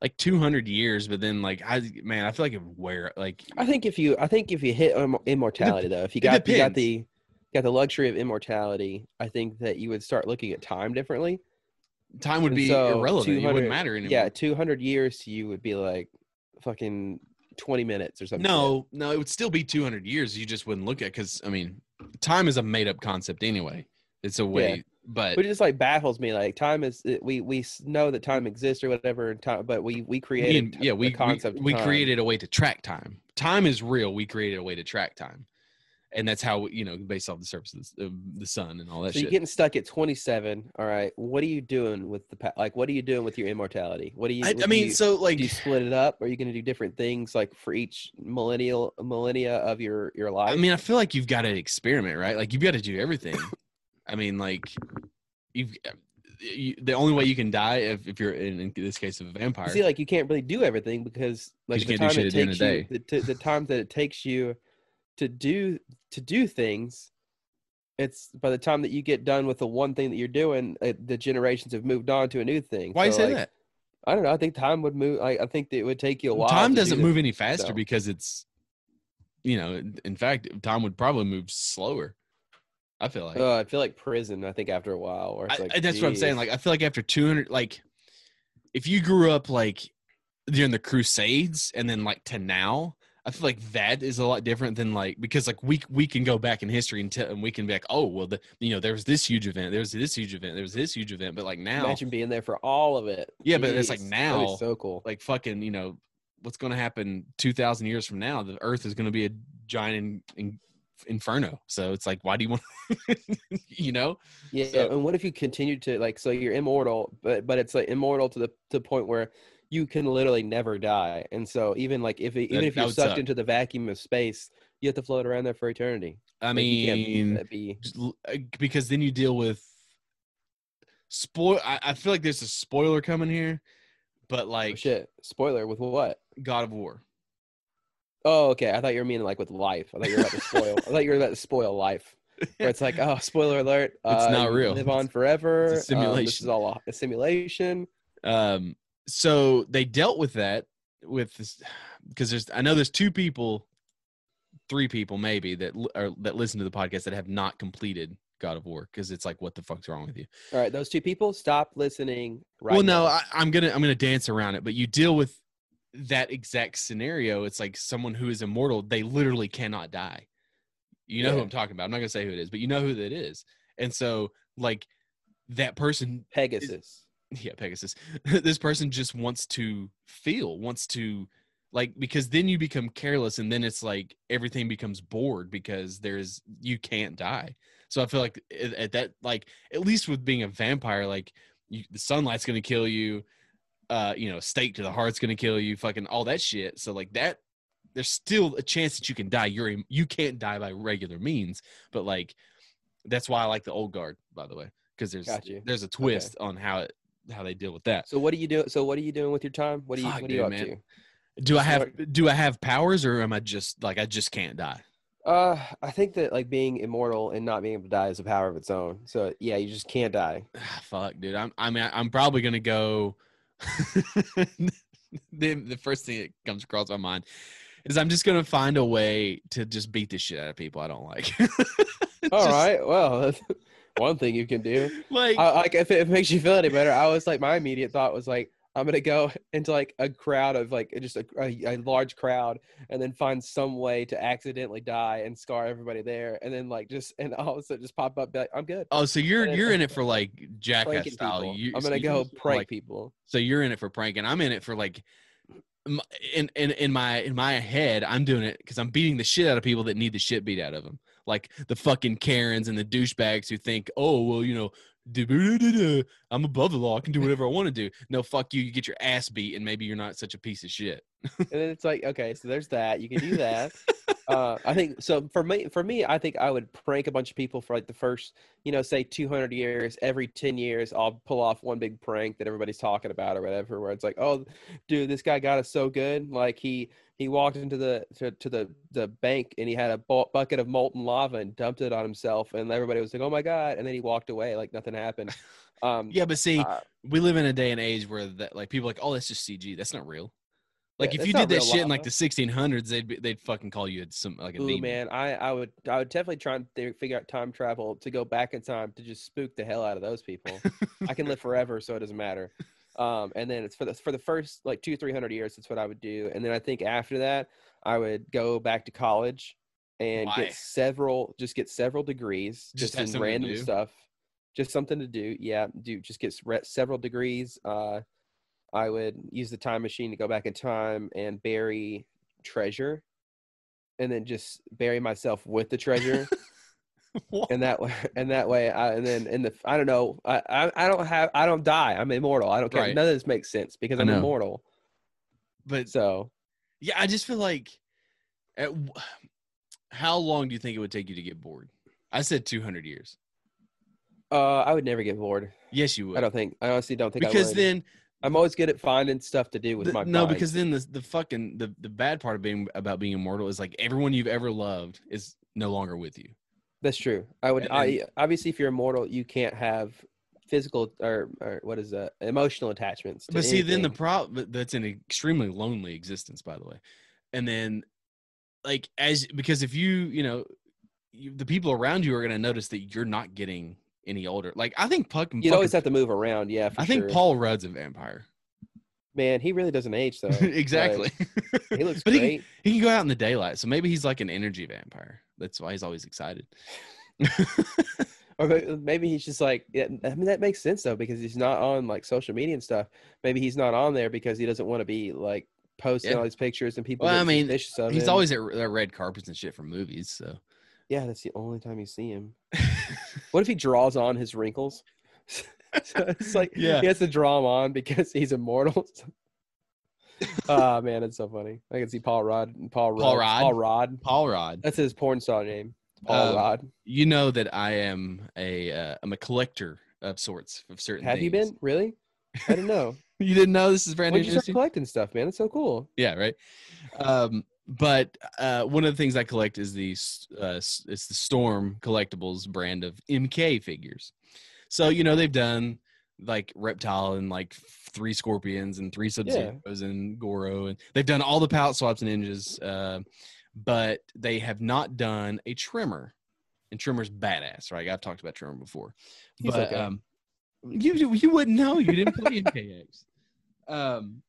S1: like 200 years but then like i man i feel like it would wear like
S2: I think if you, I think if you hit im- immortality though, if you
S1: it
S2: got you got
S1: depends.
S2: the got the luxury of immortality, I think that you would start looking at time differently.
S1: time would
S2: And
S1: be
S2: so
S1: irrelevant it
S2: 200
S1: wouldn't matter anymore
S2: Yeah, two hundred years to you would be like fucking twenty minutes or something.
S1: No, no, it would still be 200 years. You just wouldn't look at because I mean, time is a made up concept anyway. It's a way, but
S2: But it just like baffles me. Like time is it- we we s- know that time exists or whatever, and time, but we we
S1: we
S2: created
S1: in-
S2: t-
S1: yeah,
S2: the
S1: we
S2: concept. of
S1: we, we
S2: time.
S1: created a way to track time. Time is real. We created a way to track time, and that's how you know based off the surface of the, of the sun and all that
S2: So
S1: Oh,
S2: you're
S1: shit.
S2: getting stuck at 27. All right, what are you doing with the pa- like? What are you doing with your immortality? What do you?
S1: I,
S2: what
S1: I
S2: do
S1: mean,
S2: you-
S1: so like,
S2: do you split it up? Are you going to do different things like for each millennial millennia of your your life?
S1: I mean, I feel like you've got to experiment, right? Like you've got to do everything. I mean, like you've. You, the only way you can die if, if you're in, in this case of a vampire
S2: You see, like you can't really do everything because like
S1: you
S2: the
S1: can't do
S2: time it
S1: shit at the end
S2: takes
S1: of the
S2: you, the, t- the time that it takes you to do to do things. It's by the time that you get done with the one thing that you're doing, uh, the generations have moved on to a new thing.
S1: why you
S2: So,
S1: say
S2: like,
S1: that
S2: I don't know. I think time would move. I, I think that it would take you a while.
S1: time
S2: to do
S1: doesn't
S2: this.
S1: move any faster
S2: so.
S1: because it's you know in- in fact time would probably move slower i feel like
S2: Oh, I feel like prison. I think after a while, where it's
S1: I-
S2: like,
S1: I- that's what i'm saying
S2: "Jeez."
S1: like i feel like after 200 like if you grew up like during the crusades and then like to now i feel like that is a lot different than like because like we we can go back in history and, tell and we can be like oh well the, you know there was this huge event there was this huge event there was this huge event but like now
S2: imagine being there for all of it.
S1: Yeah, but it's like
S2: Jeez, that'd be
S1: now,
S2: so cool.
S1: like fucking you know what's going to happen 2000 years from now the earth is going to be a giant in, in, inferno so it's like why do you want you know
S2: Yeah,
S1: So-
S2: and what if you continue to like? So you're immortal, but but it's like immortal to the to the point where you can literally never die. And so even like if it, even
S1: That-
S2: if
S1: that
S2: you're
S1: would
S2: sucked
S1: suck.
S2: into the vacuum of space, you have to float around there for eternity.
S1: i
S2: Like, you can't-
S1: mean
S2: that'd be oh,
S1: just l- uh, because then you deal with spoil I, I feel like there's a spoiler coming here but
S2: oh,
S1: like
S2: shit. Spoiler with what?
S1: god of war
S2: Oh, okay. I thought you were meaning like with life. I thought you were about to spoil. I thought you were about to spoil life. Where it's like, oh, spoiler alert.
S1: It's
S2: uh,
S1: not
S2: you
S1: real.
S2: Live on forever. um, this is
S1: simulation.
S2: all a, a simulation.
S1: um so they dealt with that with this because there's i know there's two people three people maybe that l- are that listen to the podcast that have not completed god of war because it's like what the fuck's wrong with you
S2: All right, those two people stop listening. Right.
S1: well no
S2: now.
S1: I, i'm gonna i'm gonna dance around it but you deal with that exact scenario it's like someone who is immortal they literally cannot die you know who
S2: Yeah.
S1: i'm talking about i'm not gonna say who it is but you know who that is and so like that person
S2: Pegasus.
S1: yeah pegasus this person just wants to feel wants to like because then you become careless and then it's like everything becomes bored because there's you can't die so i feel like at, at that like at least with being a vampire like you, the sunlight's gonna kill you uh you know stake to the heart's gonna kill you fucking all that shit so like that there's still a chance that you can die. You're a, you can't die by regular means, but like that's why I like the old guard, by the way, because there's
S2: Got you.
S1: there's a twist on how it how they deal with that.
S2: So what are you doing? So what are you doing with your time? What are you
S1: Fuck,
S2: What are you
S1: dude,
S2: up
S1: man.
S2: to?
S1: Do I have
S2: Smart.
S1: do I have powers or am I just like I just can't die?
S2: Uh, I think that like being immortal and not being able to die is a power of its own. So yeah, you just can't die.
S1: Ah, fuck, dude. I'm I mean I'm probably gonna go. the the first thing that comes across my mind is I'm just gonna find a way to just beat the shit out of people I don't like.
S2: All right. Well, that's one thing you can do.
S1: Like
S2: I, like if it, if it makes you feel any better, I was like my immediate thought was like I'm gonna go into like a crowd of like just a, a, a large crowd and then find some way to accidentally die and scar everybody there and then like just and all of a sudden just pop up be like I'm good.
S1: oh, so you're
S2: and-
S1: you're in it for like jackass
S2: Pranking
S1: style.
S2: people.
S1: You,
S2: I'm
S1: so
S2: gonna
S1: you
S2: go
S1: just,
S2: prank
S1: like,
S2: people.
S1: So you're in it for pranking. I'm in it for like, m- in in in my in my head, I'm doing it because I'm beating the shit out of people that need the shit beat out of them, like the fucking Karens and the douchebags who think, oh well, you know, du-bu-du-du-du, I'm above the law, I can do whatever I want to do. No, fuck you. You get your ass beat, and maybe you're not such a piece of shit.
S2: and then it's like okay so there's that you can do that uh, i think so for me for me i think i would prank a bunch of people for like the first you know say 200 years every 10 years i'll pull off one big prank that everybody's talking about or whatever where it's like oh dude this guy got us so good like he he walked into the to, to the the bank and he had a bu- bucket of molten lava and dumped it on himself and everybody was like oh my god and then he walked away like nothing happened um
S1: Yeah, but see,
S2: Uh,
S1: we live in a day and age where that like people are like, oh, that's just CG. That's not real. Like
S2: Yeah,
S1: if
S2: that's
S1: you
S2: not
S1: did that
S2: real
S1: shit in like
S2: lava.
S1: the 1600s, they'd be, they'd fucking call you some like a
S2: Ooh,
S1: demon.
S2: man, I, I would I would definitely try and thi- figure out time travel to go back in time to just spook the hell out of those people. I can live forever, so it doesn't matter. Um, and then it's for the for the first like two three hundred years. That's what I would do. And then I think after that, I would go back to college and
S1: Why?
S2: get several just get several degrees,
S1: Just
S2: just,
S1: have
S2: in
S1: something to
S2: random
S1: do?
S2: stuff, just something to do. Yeah, do just get re- several degrees. Uh, I would use the time machine to go back in time and bury treasure and then just bury myself with the treasure
S1: What?
S2: and that way and that way I, and then in the i don't know I, I i don't have i don't die i'm immortal i don't care
S1: Right.
S2: none of this makes sense because
S1: I
S2: i'm
S1: know.
S2: immortal
S1: But
S2: so
S1: Yeah, I just feel like, at, w- how long do you think it would take you to get bored? I said 200 years.
S2: uh i would never get bored
S1: Yes, you would.
S2: i don't think i honestly don't think I
S1: because
S2: would.
S1: then
S2: i'm always good at finding stuff to do with
S1: the-
S2: my
S1: no,
S2: mind.
S1: because then the the fucking the, the bad part of being about being immortal is like everyone you've ever loved is no longer with you.
S2: that's true i would
S1: and
S2: i obviously if you're immortal you can't have physical or, or what is that emotional attachments to
S1: But see, then the
S2: anything.
S1: problem that's an extremely lonely existence, by the way. And then, like, as because if you, you know, you, the people around you are going to notice that you're not getting any older. Like, I think Puck,
S2: you'd always have to move around yeah for
S1: I think
S2: sure.
S1: Paul Rudd's a vampire.
S2: man he really doesn't age though Like,
S1: exactly.
S2: he looks
S1: But he can-
S2: great
S1: He can go out in the daylight, so maybe he's like an energy vampire. That's why he's always excited.
S2: Or may- maybe he's just like, yeah, I mean, that makes sense though, because he's not on like social media and stuff. Maybe he's not on there because he doesn't want to be like posting
S1: Yeah.
S2: all these pictures and people.
S1: Well, I
S2: getting
S1: mean,
S2: suspicious of
S1: he's
S2: him.
S1: always at r- at red carpets and shit for movies. So
S2: yeah. That's the only time you see him. What if he draws on his wrinkles? so it's like
S1: Yeah.
S2: he has to draw them on because he's immortal. Ah man, it's so funny. I can see Paul Rod, Paul Rudd,
S1: Paul Rudd?
S2: Paul Rod.
S1: Paul Rod,
S2: That's his porn star name, Paul
S1: Um,
S2: Rod.
S1: you know that I am a uh, I'm a collector of sorts of certain.
S2: Have you
S1: things.
S2: been really? I don't know.
S1: You didn't know this is brand
S2: When
S1: new.
S2: you start
S1: to you?
S2: collecting stuff, man, it's so cool.
S1: yeah, right. Um, but uh, one of the things I collect is the s- uh, s- it's the Storm Collectibles brand of MK figures. So you know they've done like Reptile and like three Scorpions and three Sub Zeros and Goro and they've done all the palette swaps and ninjas, uh, but they have not done a Trimmer. And Trimmer's badass, right? I've talked about Trimmer before,
S2: He's
S1: but
S2: okay.
S1: um, you you wouldn't know. You didn't play MKX. Um,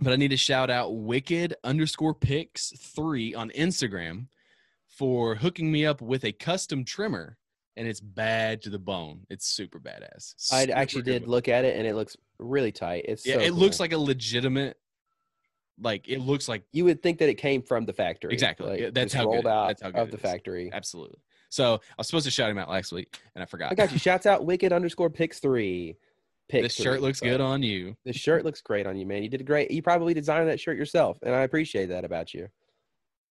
S1: but I need to shout out Wicked underscore picks three on Instagram for hooking me up with a custom trimmer, and it's bad to the bone. It's super badass.
S2: I
S1: Super
S2: actually
S1: good
S2: did
S1: one.
S2: look at it and it looks really tight. It's
S1: Yeah,
S2: so
S1: it looks
S2: cool.
S1: like a legitimate. Like it looks like
S2: you would think that it came from the factory.
S1: Exactly.
S2: like,
S1: Yeah, that's
S2: just
S1: how
S2: rolled
S1: good-
S2: out
S1: that's how good
S2: of
S1: it
S2: the
S1: is.
S2: factory.
S1: absolutely. So I was supposed to shout him out last week, and I forgot.
S2: I got you. Shouts out Wicked underscore Picks three. pick.
S1: This
S2: three,
S1: shirt looks
S2: but
S1: good on you.
S2: This shirt looks great on you, man. You did great. You probably designed that shirt yourself, and I appreciate that about you.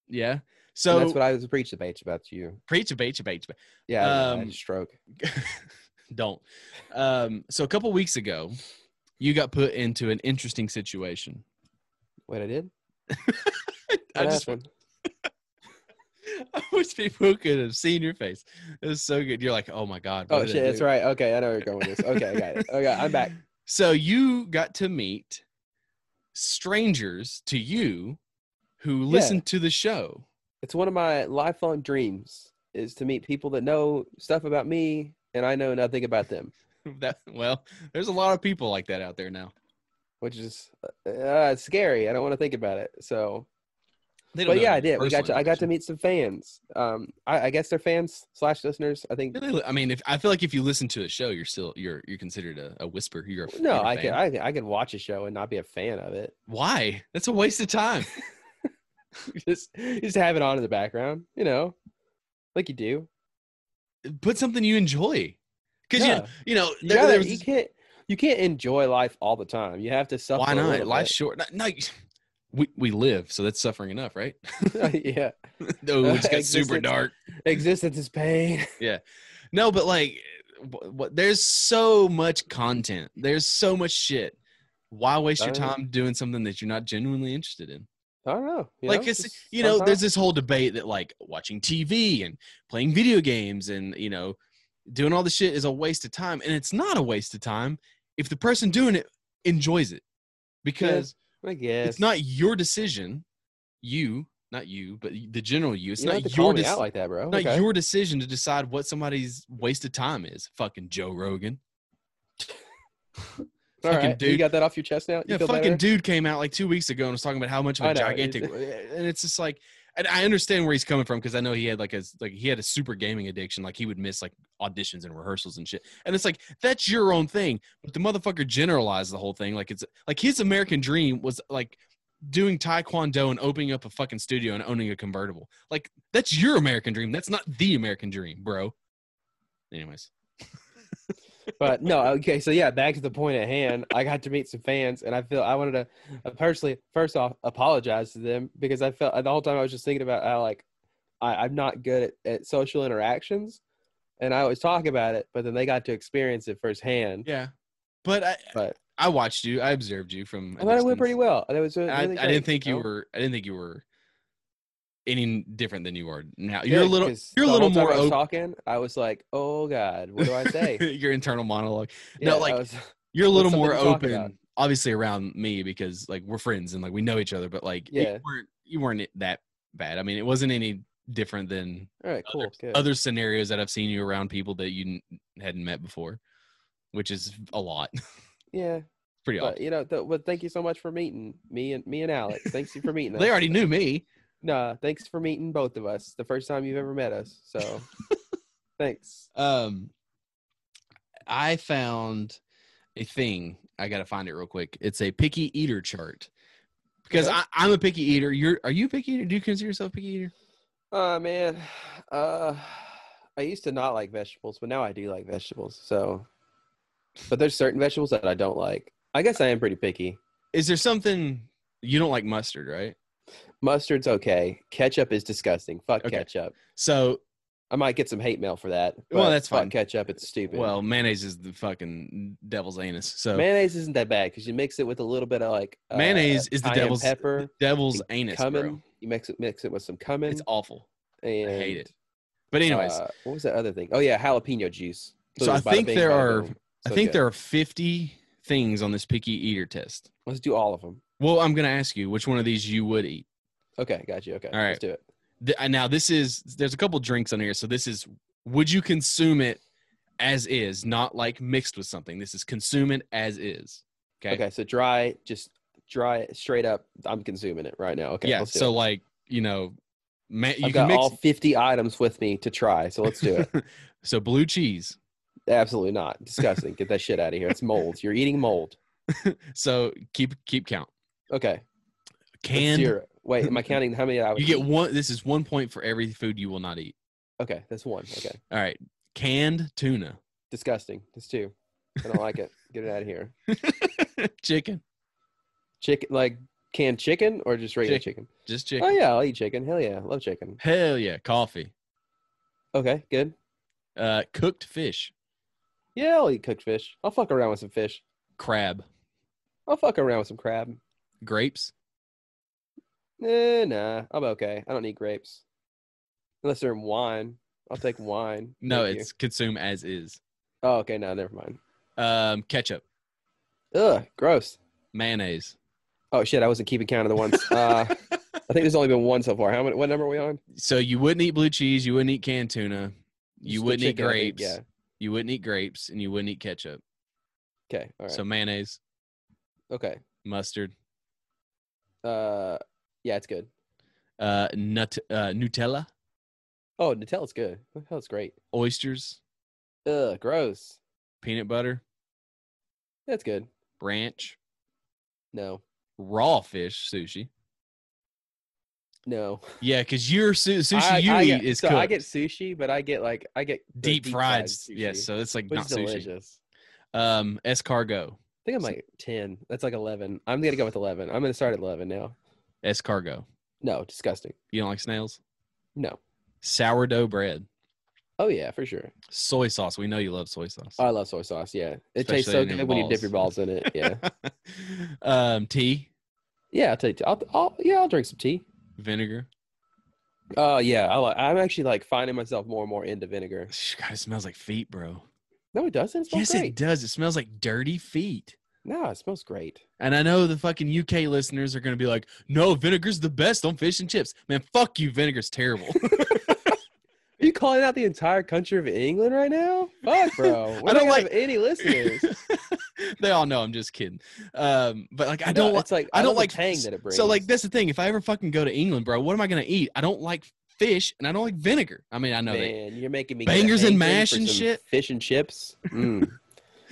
S1: Yeah.
S2: So
S1: So
S2: that's what I was preaching about about you.
S1: preach a bait, bait,
S2: Yeah, I know, I had
S1: Um,
S2: a stroke.
S1: don't. Um, so a couple weeks ago, you got put into an interesting situation.
S2: What I did?
S1: I
S2: What
S1: just
S2: happened?
S1: I wish people could have seen your face. It was so good. You're like, oh my god. what
S2: Oh
S1: did I
S2: shit, that's
S1: do?"
S2: right. Okay, I know where you're going with this. Okay, I got it. Okay, I'm back.
S1: So you got to meet strangers to you who listened to the show.
S2: It's one of my lifelong dreams is to meet people that know stuff about me and I know nothing about them,
S1: That well, there's a lot of people like that out there now.
S2: which is uh, uh, scary. I don't want to think about it. So,
S1: They don't
S2: but
S1: know
S2: yeah,
S1: you
S2: I did. We got to,
S1: personally,
S2: I got to
S1: but-
S2: meet some fans. Um, I, I guess they're fans slash listeners. I think.
S1: Yeah, they li- I mean, if I feel like if you listen to a show, you're still you're you're considered a, a whisper. You're a, f-
S2: No,
S1: you're a
S2: I
S1: fan.
S2: can, I, can- I can watch a show and not be a fan of it.
S1: Why? That's a waste of time.
S2: just, just have it on in the background, you know, like you do.
S1: Put something you enjoy. Because
S2: Yeah.
S1: you, know
S2: You,
S1: there-
S2: gotta-
S1: there was
S2: you
S1: this-
S2: can't, you can't enjoy life all the time. You have to suffer.
S1: why
S2: a
S1: not?
S2: little
S1: Life's
S2: bit.
S1: short. No, no, we we live, so that's suffering enough, right?
S2: yeah.
S1: no, it just got super
S2: Existence.
S1: dark.
S2: Existence is pain.
S1: No, but like, wh- what, there's so much content. There's so much shit. Why waste your
S2: Right.
S1: time doing something that you're not genuinely interested in?
S2: I don't know. you
S1: like
S2: know,
S1: it's
S2: just
S1: you know there's
S2: sometimes-
S1: this whole debate that like watching tv and playing video games and you know doing all the shit is a waste of time and it's not a waste of time if the person doing it enjoys it because
S2: I guess
S1: it's not your decision you not you but the general you it's
S2: You don't have
S1: not
S2: to call
S1: your
S2: me
S1: dec-
S2: out like that, bro.
S1: not
S2: Okay.
S1: your decision to decide what somebody's waste of time is fucking joe rogan
S2: All
S1: fucking
S2: right, You
S1: dude.
S2: got that off your chest now. You
S1: yeah,
S2: feel
S1: fucking
S2: better?
S1: dude came out like two weeks ago and was talking about how much of
S2: I
S1: a
S2: know,
S1: gigantic,
S2: it's-
S1: and it's just like, and I understand where he's coming from because I know he had like a like he had a super gaming addiction, like he would miss like auditions and rehearsals and shit, and it's like that's your own thing, but the motherfucker generalized the whole thing, like it's like his American dream was like doing taekwondo and opening up a fucking studio and owning a convertible, like that's your American dream, that's not the American dream, bro. Anyways,
S2: But no, okay. So yeah, back to the point at hand. I got to meet some fans, and I feel I wanted to I personally, first off, apologize to them because I felt uh, the whole time I was just thinking about how like I, I'm not good at, at social interactions, and I always talk about it, but then they got to experience it firsthand.
S1: yeah, but I
S2: But
S1: I watched you, I observed you from.
S2: I thought it
S1: distance.
S2: went pretty well. It was
S1: I,
S2: really
S1: I
S2: great,
S1: didn't think you
S2: know?
S1: were. I didn't think you were any different than you are now.
S2: Yeah,
S1: You're a little.
S2: 'cause
S1: You're a
S2: the
S1: little
S2: whole time
S1: more
S2: I was
S1: open.
S2: talking. I was like, "Oh God, what do I say?"
S1: Your internal monologue. No,
S2: I
S1: like,
S2: was-
S1: You're a little
S2: something
S1: more
S2: to talk about.
S1: open, obviously, around me because like we're friends and like we know each other. But like,
S2: Yeah.
S1: you weren't. You weren't that bad. I mean, it wasn't any different than
S2: all right, cool, good.
S1: other scenarios that I've seen you around people that you n- hadn't met before, which is a lot.
S2: yeah,
S1: pretty
S2: but
S1: often.
S2: you know, th- but thank you so much for meeting me and me and Alex. Thanks you for meeting us.
S1: They already knew me.
S2: Nah, thanks for meeting both of us. The first time you've ever met us. So, thanks.
S1: Um, I found a thing. I gotta find it real quick. It's a picky eater chart because
S2: Okay.
S1: I, I'm a picky eater. You're are you a picky eater? Do you consider yourself a picky eater?
S2: Oh man, uh, I used to not like vegetables, but now I do like vegetables. So, but there's certain vegetables that I don't like. I guess I am pretty picky.
S1: Is there something you don't like mustard, right?
S2: Mustard's okay. Ketchup is disgusting. Fuck
S1: Okay.
S2: ketchup.
S1: So
S2: I might get some hate mail for that.
S1: Well,
S2: but
S1: that's
S2: fuck
S1: fine.
S2: Ketchup, it's stupid.
S1: well, mayonnaise is the fucking devil's anus. So
S2: mayonnaise isn't that bad because you mix it with a little bit of like uh,
S1: Mayonnaise is the
S2: cayenne
S1: devil's-
S2: pepper,
S1: devil's anus,
S2: cumin.
S1: bro.
S2: You mix it mix it with some cumin.
S1: It's awful.
S2: and
S1: I hate it. But anyways,
S2: Uh, what was that other thing? Oh yeah, jalapeno juice.
S1: So I
S2: just bada
S1: think
S2: bing,
S1: there
S2: bada
S1: are-
S2: boom.
S1: I
S2: So
S1: think
S2: good.
S1: there are 50 things on this picky eater test.
S2: Let's do all of them.
S1: Well, I'm gonna ask you which one of these you would eat.
S2: Okay, got you. Okay,
S1: All right.
S2: let's do it.
S1: th- and now this is there's a couple drinks on here so this is would you consume it as is not like mixed with something this is consume it as is okay,
S2: Okay. so dry, just dry it straight up. I'm consuming it right now. Okay,
S1: yeah
S2: let's do
S1: so
S2: it.
S1: like you know ma- you can
S2: I've got
S1: mix
S2: all 50 items with me to try, so let's do it.
S1: so blue cheese
S2: Absolutely not. Disgusting. Get that shit out of here. It's mold. You're eating mold.
S1: so keep keep count
S2: Okay. let's
S1: canned
S2: zero. Wait, am I counting how many I would
S1: you get
S2: eat?
S1: one this is one point for every food you will not eat
S2: Okay, that's one. Okay,
S1: all right canned tuna
S2: disgusting. That's two. I don't like it. Get it out of here.
S1: chicken,
S2: Chicken, like canned chicken or just regular chicken?
S1: just chicken.
S2: Oh yeah, I'll eat chicken. Hell yeah, love chicken.
S1: Hell yeah, coffee.
S2: Okay, good.
S1: Uh, cooked fish,
S2: Yeah, I'll eat cooked fish. I'll fuck around with some fish.
S1: crab,
S2: I'll fuck around with some crab.
S1: grapes,
S2: Eh, nah, I'm okay. I don't need grapes unless they're in wine. I'll take wine.
S1: No,
S2: Thank you.
S1: it's consume as is.
S2: oh okay. No, never mind.
S1: Um, ketchup,
S2: Ugh, gross.
S1: mayonnaise,
S2: Oh shit, I wasn't keeping count of the ones. Uh, I think there's only been one so far. How many? What number are we on?
S1: so you wouldn't eat blue cheese, you wouldn't eat canned tuna, you
S2: Just the
S1: wouldn't eat
S2: chicken, I think,
S1: grapes, you wouldn't eat grapes, and you wouldn't eat ketchup.
S2: Yeah. Okay. All right.
S1: So mayonnaise,
S2: okay.
S1: mustard,
S2: Uh, yeah, it's good.
S1: uh, nut, uh, Nutella,
S2: Oh, Nutella's good. Nutella's great.
S1: oysters,
S2: Ugh, gross.
S1: peanut butter,
S2: That's good.
S1: ranch,
S2: No,
S1: raw fish sushi.
S2: no.
S1: Yeah, because your su- sushi
S2: I-
S1: you
S2: I
S1: eat
S2: get-
S1: is
S2: so
S1: cooked.
S2: I get sushi, but I get like I get the
S1: deep, fried. s-
S2: sushi,
S1: Yes, so it's like
S2: which
S1: not
S2: is
S1: sushi.
S2: delicious.
S1: Um, escargot,
S2: I think I'm like ten. That's like eleven. I'm gonna go with eleven. I'm gonna start at eleven now.
S1: escargot.
S2: No, disgusting.
S1: You don't like snails?
S2: No.
S1: Sourdough bread,
S2: Oh yeah, for sure.
S1: soy sauce. We know you love soy sauce.
S2: Oh, I love soy sauce. Yeah, it tastes
S1: Especially
S2: so
S1: in them
S2: good when you dip your
S1: balls.
S2: balls in it. Yeah,
S1: um, tea,
S2: yeah. I'll take. I'll, I'll. Yeah, I'll drink some tea.
S1: vinegar.
S2: Oh yeah, I like, I'm actually like finding myself more and more into vinegar.
S1: God, it smells like feet, bro.
S2: No, it doesn't. It smells
S1: Yes,
S2: great.
S1: it does. It smells like dirty feet.
S2: No, it smells great.
S1: And I know the fucking UK listeners are gonna be like, "No, vinegar's the best on fish and chips." Man, fuck you, vinegar's terrible.
S2: Are you calling out the entire country of England right now? Fuck, bro. We
S1: I don't
S2: don't
S1: like-
S2: have any listeners.
S1: they all know I'm just kidding. Um, but like, I don't.
S2: No,
S1: like.
S2: it's like
S1: I don't
S2: love the
S1: like
S2: tang that it brings.
S1: So like that's the thing. If I ever fucking go to England, bro, what am I gonna eat? I don't like fish and I don't like vinegar. I mean, I know that.
S2: man, you're making me
S1: Bangers and
S2: hangry
S1: mash
S2: for
S1: and
S2: some
S1: shit?
S2: Fish and chips. Mm.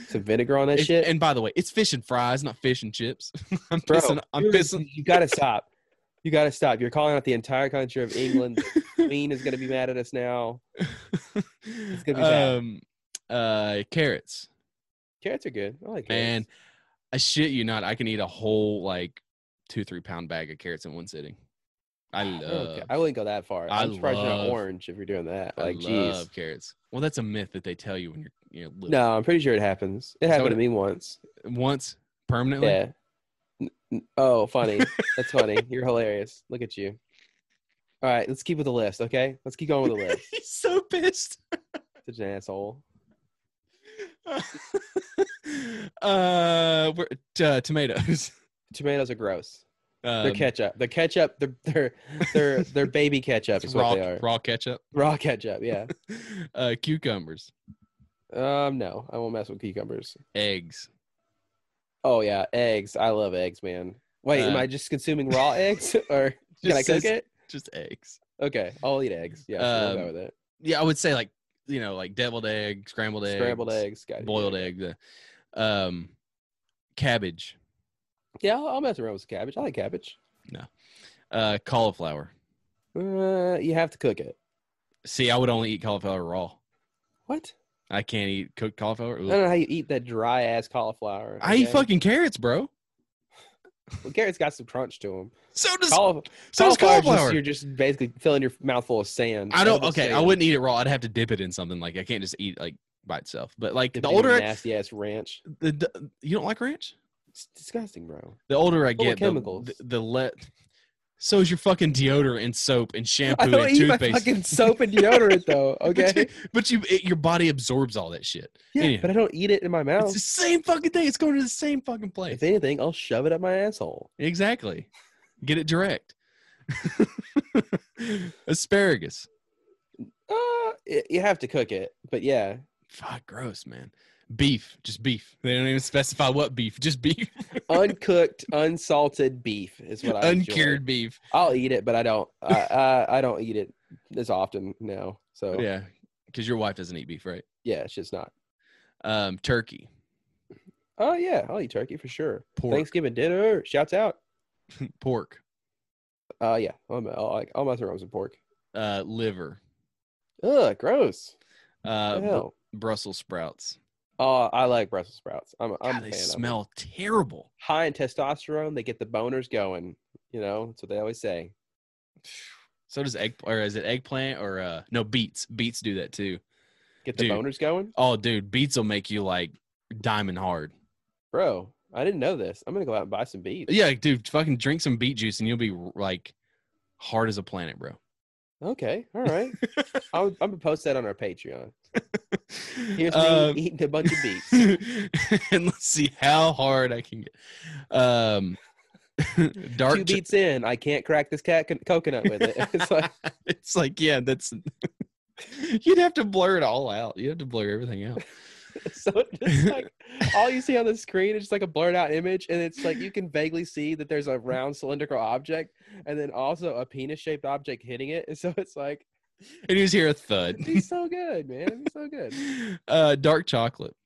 S2: some vinegar on that
S1: It's-
S2: shit.
S1: And by the way, it's fish and fries, not fish and chips. I'm
S2: bro,
S1: pissing. I'm
S2: you're-
S1: pissing.
S2: You gotta stop. You gotta stop. You're calling out the entire country of England. Queen is gonna be mad at us now.
S1: it's
S2: gonna be bad.
S1: Um, uh, carrots,
S2: Carrots are good. I like carrots.
S1: man. I shit you not. I can eat a whole like two three pound bag of carrots in one sitting. I
S2: I
S1: love.
S2: don't ca- I wouldn't go that far.
S1: uh, I
S2: I'm surprised you're not
S1: love-
S2: orange if you're doing that.
S1: I
S2: Like,
S1: love
S2: jeez.
S1: carrots. Well, that's a myth that they tell you when you're you know little.
S2: No, I'm pretty sure it happens. It
S1: that
S2: happened
S1: what
S2: to
S1: it-
S2: me once.
S1: once permanently.
S2: Yeah. N- n- Oh, funny. That's funny. You're hilarious. Look at you. All right, let's keep with the list, okay? Let's keep going with the list.
S1: He's so pissed.
S2: Such an asshole.
S1: uh, we're, t- uh, tomatoes.
S2: Tomatoes are gross.
S1: Um,
S2: They're ketchup. They're ketchup. They're they're they're, they're baby ketchup
S1: it's
S2: is
S1: raw,
S2: what they are. Raw,
S1: raw ketchup.
S2: ketchup. Yeah.
S1: Uh, cucumbers,
S2: Um. No, I won't mess with cucumbers.
S1: eggs.
S2: Oh yeah, eggs. I love eggs, man. Wait, am
S1: Uh,
S2: I just consuming raw eggs or can I
S1: Just
S2: cook
S1: says-
S2: it?
S1: Just eggs.
S2: Okay, I'll eat eggs. Yeah, sure,
S1: Um,
S2: we'll go with it.
S1: Yeah, I would say like you know like deviled egg, scrambled egg,
S2: Scrambled eggs. Got it.
S1: boiled egg. The, um, cabbage,
S2: Yeah, I'll I'll mess around with some cabbage. I like cabbage.
S1: uh, cauliflower.
S2: Uh, you have to cook it.
S1: See, I would only eat cauliflower raw.
S2: What?
S1: I can't eat cooked cauliflower. Ooh.
S2: I don't know how you eat that dry ass cauliflower.
S1: I eat
S2: okay?
S1: fucking carrots, bro.
S2: Well, carrots got some crunch to them.
S1: So does
S2: Cauliflower,
S1: so does
S2: cauliflower's
S1: cauliflower.
S2: Just, you're just basically filling your mouth full of sand.
S1: I don't.
S2: Edible
S1: Okay, I
S2: sand.
S1: wouldn't eat it raw. I'd have to dip it in something. Like I can't just eat like by itself. But like
S2: Dip
S1: the
S2: it in
S1: older,
S2: your
S1: I,
S2: nasty ass ranch.
S1: the, the- you don't like ranch.
S2: It's disgusting, bro.
S1: The older I
S2: Full of
S1: get, the,
S2: chemicals.
S1: the, the let. So is your fucking deodorant and soap and shampoo
S2: I don't
S1: and
S2: eat my
S1: toothpaste.
S2: fucking soap and deodorant though.
S1: But you,
S2: Okay.
S1: but you it, your body absorbs all that shit.
S2: yeah,
S1: anyhow.
S2: but I don't eat it in my
S1: It's
S2: mouth.
S1: the same fucking thing. It's going to the same fucking place.
S2: If anything, I'll shove it up my asshole.
S1: exactly. Get it direct. Asparagus.
S2: Uh, y- you have to cook it, but yeah.
S1: Fuck, gross, man. Beef, just beef. They don't even specify what beef, just beef.
S2: Uncooked, unsalted beef is what I enjoy.
S1: Uncured beef.
S2: I'll eat it, but I don't. I, I I don't eat it as often now. So yeah,
S1: Yeah, because your wife doesn't eat beef, right?
S2: it's just not.
S1: Um, turkey,
S2: Oh yeah, I'll eat turkey for sure.
S1: pork,
S2: Thanksgiving dinner, shouts out.
S1: pork,
S2: Uh yeah, I'm, I'll like I'll mess around with some pork.
S1: uh, liver,
S2: Ugh, gross.
S1: uh,
S2: What the
S1: Bru-
S2: hell?
S1: Brussels sprouts,
S2: Oh, I like Brussels sprouts. I'm, I'm
S1: God,
S2: a
S1: they
S2: fan of 'em.
S1: smell terrible.
S2: high in testosterone. They get the boners going. You know, that's what they always say.
S1: So does egg or is it eggplant or uh no beets. Beets do that too.
S2: Get the
S1: Dude.
S2: boners going,
S1: Oh dude, beets will make you like diamond hard.
S2: bro. I didn't know this. I'm gonna go out and buy some beets.
S1: Yeah, dude, fucking drink some beet juice and you'll be like hard as a planet, bro.
S2: Okay. All right. I'll, I'm gonna post that on our Patreon. Here's
S1: Um,
S2: me eating a bunch of beets.
S1: and let's see how hard I can get. Um, dark
S2: Two
S1: cho-
S2: beets in, I can't crack this cat coconut with it. It's like,
S1: it's like yeah, that's. You'd have to blur it all out. You would have to blur everything out.
S2: so it's like all you see on the screen is just like a blurred out image, and it's like you can vaguely see that there's a round cylindrical object, and then also a penis shaped object hitting it. And so it's like,
S1: And you just hear a thud.
S2: it'd be so good, man. It'd be so good.
S1: Uh, dark chocolate.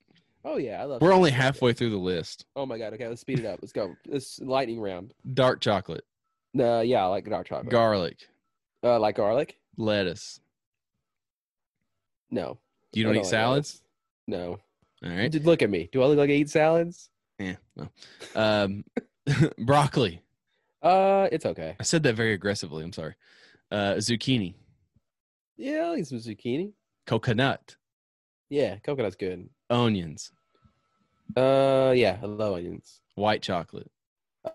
S2: Oh yeah, I love.
S1: We're
S2: chocolate
S1: only
S2: chip.
S1: halfway through the list.
S2: Oh my god. Okay, let's speed it up. Let's go. This lightning round.
S1: Dark chocolate,
S2: Uh, yeah, I like dark chocolate.
S1: garlic,
S2: uh, like garlic?
S1: lettuce.
S2: No.
S1: You
S2: I
S1: don't eat
S2: like
S1: salads.
S2: garlic. No.
S1: All right.
S2: Dude, look at me. Do I look like I eat salads?
S1: Yeah. No. Um, broccoli.
S2: Uh, it's okay.
S1: I said that very aggressively. I'm sorry. Uh, zucchini,
S2: Yeah, I eat some zucchini.
S1: coconut,
S2: Yeah, coconut's good.
S1: onions,
S2: Uh, yeah, I love onions.
S1: white chocolate,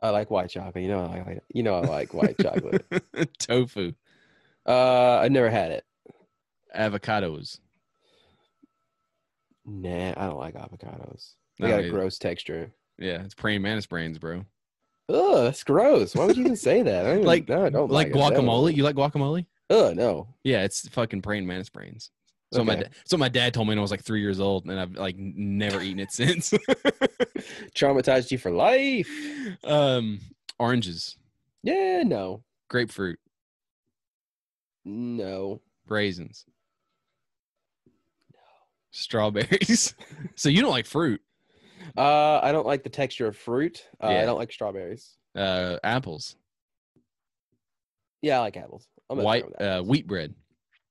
S2: I like white chocolate. You know, I like. You know, I like white chocolate.
S1: tofu,
S2: Uh, I never had it.
S1: avocados.
S2: Nah, I don't like avocados. They
S1: No,
S2: got a
S1: it-
S2: gross texture.
S1: Yeah, it's praying mantis brains, bro.
S2: Ugh, that's gross. Why would you even say that? I don't even,
S1: Like-
S2: no, I don't
S1: Like
S2: it. No.
S1: guacamole. You like guacamole?
S2: Ugh, no.
S1: Yeah, it's fucking praying mantis brains. So my
S2: Okay.
S1: da- so my dad told me when I was like three years old, and I've like n- never eaten it since.
S2: Traumatized you for life.
S1: um, oranges,
S2: Yeah, no,
S1: grapefruit,
S2: no.
S1: raisins, strawberries. so you don't like fruit?
S2: Uh, I don't like the texture of fruit. Uh,
S1: Yeah.
S2: I don't like strawberries.
S1: Uh, apples,
S2: Yeah, I like apples. I'm gonna
S1: white
S2: throw that.
S1: uh, wheat bread,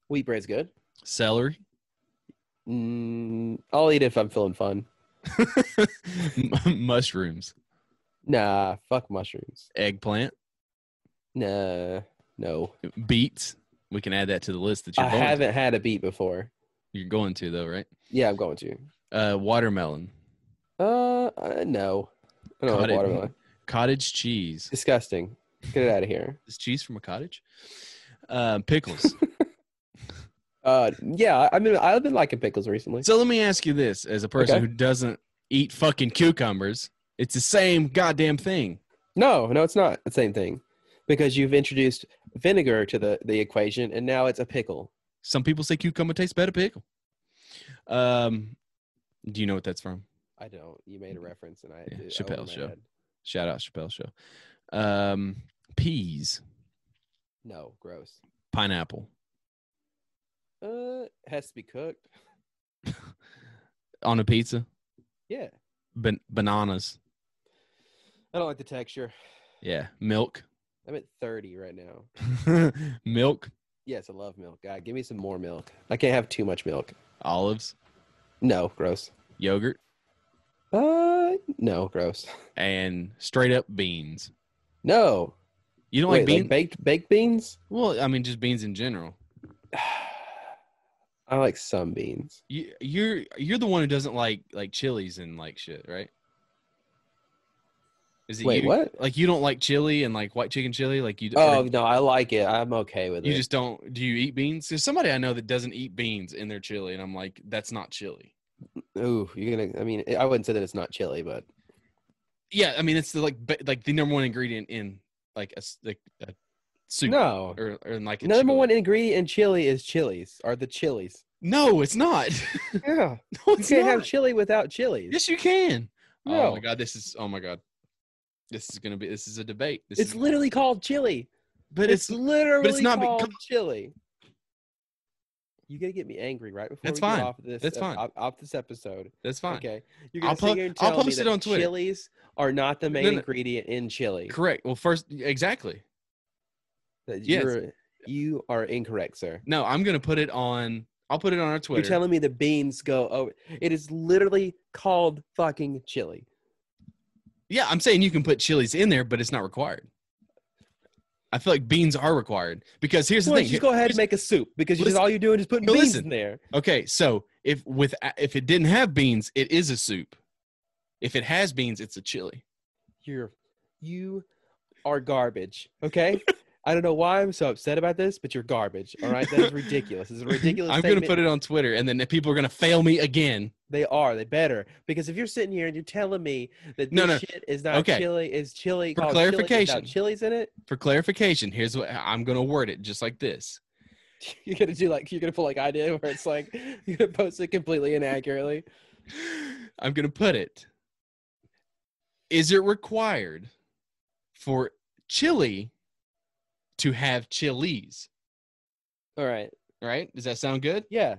S2: wheat bread's good.
S1: celery,
S2: Mm, I'll eat it if I'm feeling fun.
S1: m- mushrooms,
S2: Nah, fuck mushrooms.
S1: eggplant,
S2: Nah, no.
S1: beets. We can add that to the list that you're
S2: I
S1: going. to.
S2: haven't had a beet before.
S1: You're going to though, right?
S2: Yeah, I'm going to.
S1: Uh, watermelon,
S2: Uh, uh, no. I don't
S1: Caught
S2: like
S1: it.
S2: watermelon.
S1: cottage cheese.
S2: Disgusting. Get it out of here.
S1: Is cheese from a cottage? Uh, pickles.
S2: Uh, yeah. I mean, I've been liking pickles recently.
S1: so let me ask you this: as a person
S2: Okay.
S1: who doesn't eat fucking cucumbers, it's the same goddamn thing.
S2: No, no, it's not the same thing, because you've introduced vinegar to the the equation, and now it's a pickle.
S1: Some people say cucumber tastes better pickle. Um, do you know what that's from?
S2: I don't. You made a reference, and I
S1: Yeah,
S2: it- I went
S1: Chappelle's
S2: in my
S1: show.
S2: head.
S1: Shout out Chappelle Show. Um, peas,
S2: No, gross.
S1: pineapple,
S2: Uh, it has to be cooked.
S1: on a pizza,
S2: Yeah,
S1: ban- bananas.
S2: I don't like the texture.
S1: Yeah, milk,
S2: I'm at 30 right now.
S1: milk,
S2: Yes, I love milk. God, give me some more milk. I can't have too much milk.
S1: olives,
S2: No, gross.
S1: yogurt,
S2: Uh, no, gross.
S1: and straight up beans.
S2: No.
S1: You don't like
S2: Wait,
S1: beans?
S2: baked baked beans?
S1: Well, I mean, just beans in general.
S2: I like some beans.
S1: You, you're you're the one who doesn't like like chilies and like shit, right? Is it
S2: Wait,
S1: you?
S2: what?
S1: Like you don't like chili and like white chicken chili? Like you?
S2: Oh
S1: or
S2: no, I like it. I'm okay with
S1: you
S2: it.
S1: just don't? Do you eat beans? There's somebody I know that doesn't eat beans in their chili, and I'm like, that's not chili.
S2: Ooh, you're gonna. I mean, I wouldn't say that it's not chili, but
S1: Yeah, I mean, it's the like ba- like the number one ingredient in like a s- like a soup
S2: no.
S1: or, or in like a
S2: The number
S1: Chick-fil-A.
S2: one ingredient in chili is chilies. Are the chilies?
S1: No, it's not.
S2: Yeah,
S1: no,
S2: you
S1: it's
S2: can't
S1: not.
S2: have chili without chilies.
S1: Yes, you can. Oh my
S2: No.
S1: god, this is oh my god, this is gonna be this is a debate. This
S2: it's
S1: is,
S2: literally called chili.
S1: but
S2: it's,
S1: it's
S2: literally
S1: not
S2: called
S1: becau-
S2: chili. You gotta get me angry right before
S1: That's
S2: we get
S1: fine.
S2: off this.
S1: That's
S2: uh,
S1: fine.
S2: Off, off this episode.
S1: that's fine.
S2: Okay, you're
S1: I'll
S2: gonna sit
S1: po-
S2: here and
S1: I'll
S2: tell me
S1: post it
S2: that
S1: on Twitter.
S2: chilies are not the main
S1: No, no.
S2: ingredient in chili.
S1: Correct. Well, first exactly.
S2: That
S1: Yes.
S2: You're, you are incorrect, sir.
S1: No, I'm gonna put it on I'll put it on our Twitter.
S2: You're telling me the beans go over. It is literally called fucking chili.
S1: yeah, I'm saying you can put chilies in there, but it's not required. I feel like beans are required because here's the
S2: Why don't
S1: thing.
S2: you just go ahead and
S1: Here's-
S2: make a soup because you just,
S1: Listen.
S2: all you're doing is putting
S1: No,
S2: beans
S1: listen.
S2: in there.
S1: Okay, so if with if it didn't have beans, it is a soup. If it has beans, it's a chili.
S2: You're you are garbage. Okay. I don't know why I'm so upset about this, but you're garbage. All right, that is ridiculous. It's a ridiculous.
S1: I'm
S2: statement.
S1: gonna put it on Twitter, and then people are gonna fail me again.
S2: They are. They better because if you're sitting here and you're telling me that
S1: No,
S2: this
S1: no.
S2: shit is not
S1: Okay.
S2: chili, is chili
S1: For
S2: called chili without
S1: clarification.
S2: chilies in it.
S1: For clarification, here's what I'm gonna word it just like this.
S2: You're gonna do like you're gonna put like I did, where it's like you're gonna post it completely inaccurately.
S1: I'm gonna put it. Is it required for chili to have chilies?
S2: All right.
S1: Right? Does that sound good?
S2: Yeah.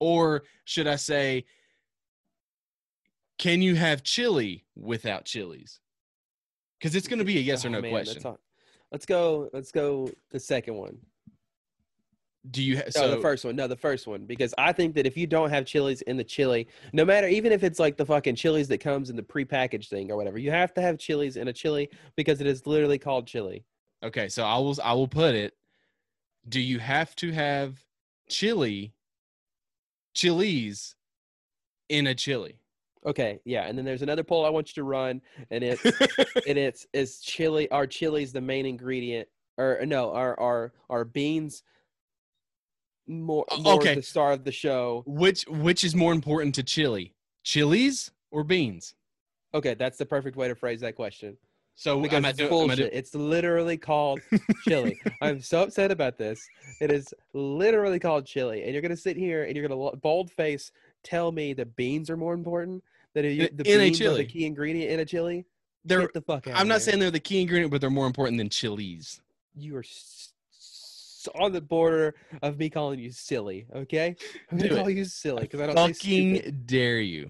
S1: Or should I say, can you have chili without chilies? Because it's going to be a yes or
S2: Oh,
S1: no
S2: man, that's
S1: question.
S2: all- Let's go. Let's go the second one.
S1: Do you ha-
S2: No,
S1: so
S2: the first one. No, the first one. Because I think that if you don't have chilies in the chili, no matter even if it's like the fucking chilies that comes in the prepackaged thing or whatever, you have to have chilies in a chili because it is literally called chili.
S1: okay? So I will I will put it. Do you have to have chili, chilies, in a chili?
S2: Okay, yeah. And then there's another poll I want you to run, and it's and it's is chili. Are chilies the main ingredient, or no? Are are are beans more,
S1: O-
S2: more
S1: okay.
S2: the star of the show?
S1: which which is more important to chili, chilies or beans?
S2: Okay, that's the perfect way to phrase that question.
S1: So
S2: Because
S1: am I
S2: it's
S1: doing? am I
S2: bullshit.
S1: doing-
S2: it's literally called chili. I'm so upset about this. It is literally called chili, and you're gonna sit here and you're gonna bold face tell me the beans are more important than you,
S1: In-
S2: the
S1: in a
S2: beans are
S1: chili.
S2: the key ingredient in a chili.
S1: they're,
S2: Get the fuck out.
S1: I'm not
S2: saying.
S1: saying they're the key ingredient, but they're more important than chilies.
S2: you are s- s- on the border of me calling you silly. Okay, I'm gonna
S1: Do it.
S2: call you silly because I don't say stupid.
S1: Fucking dare you.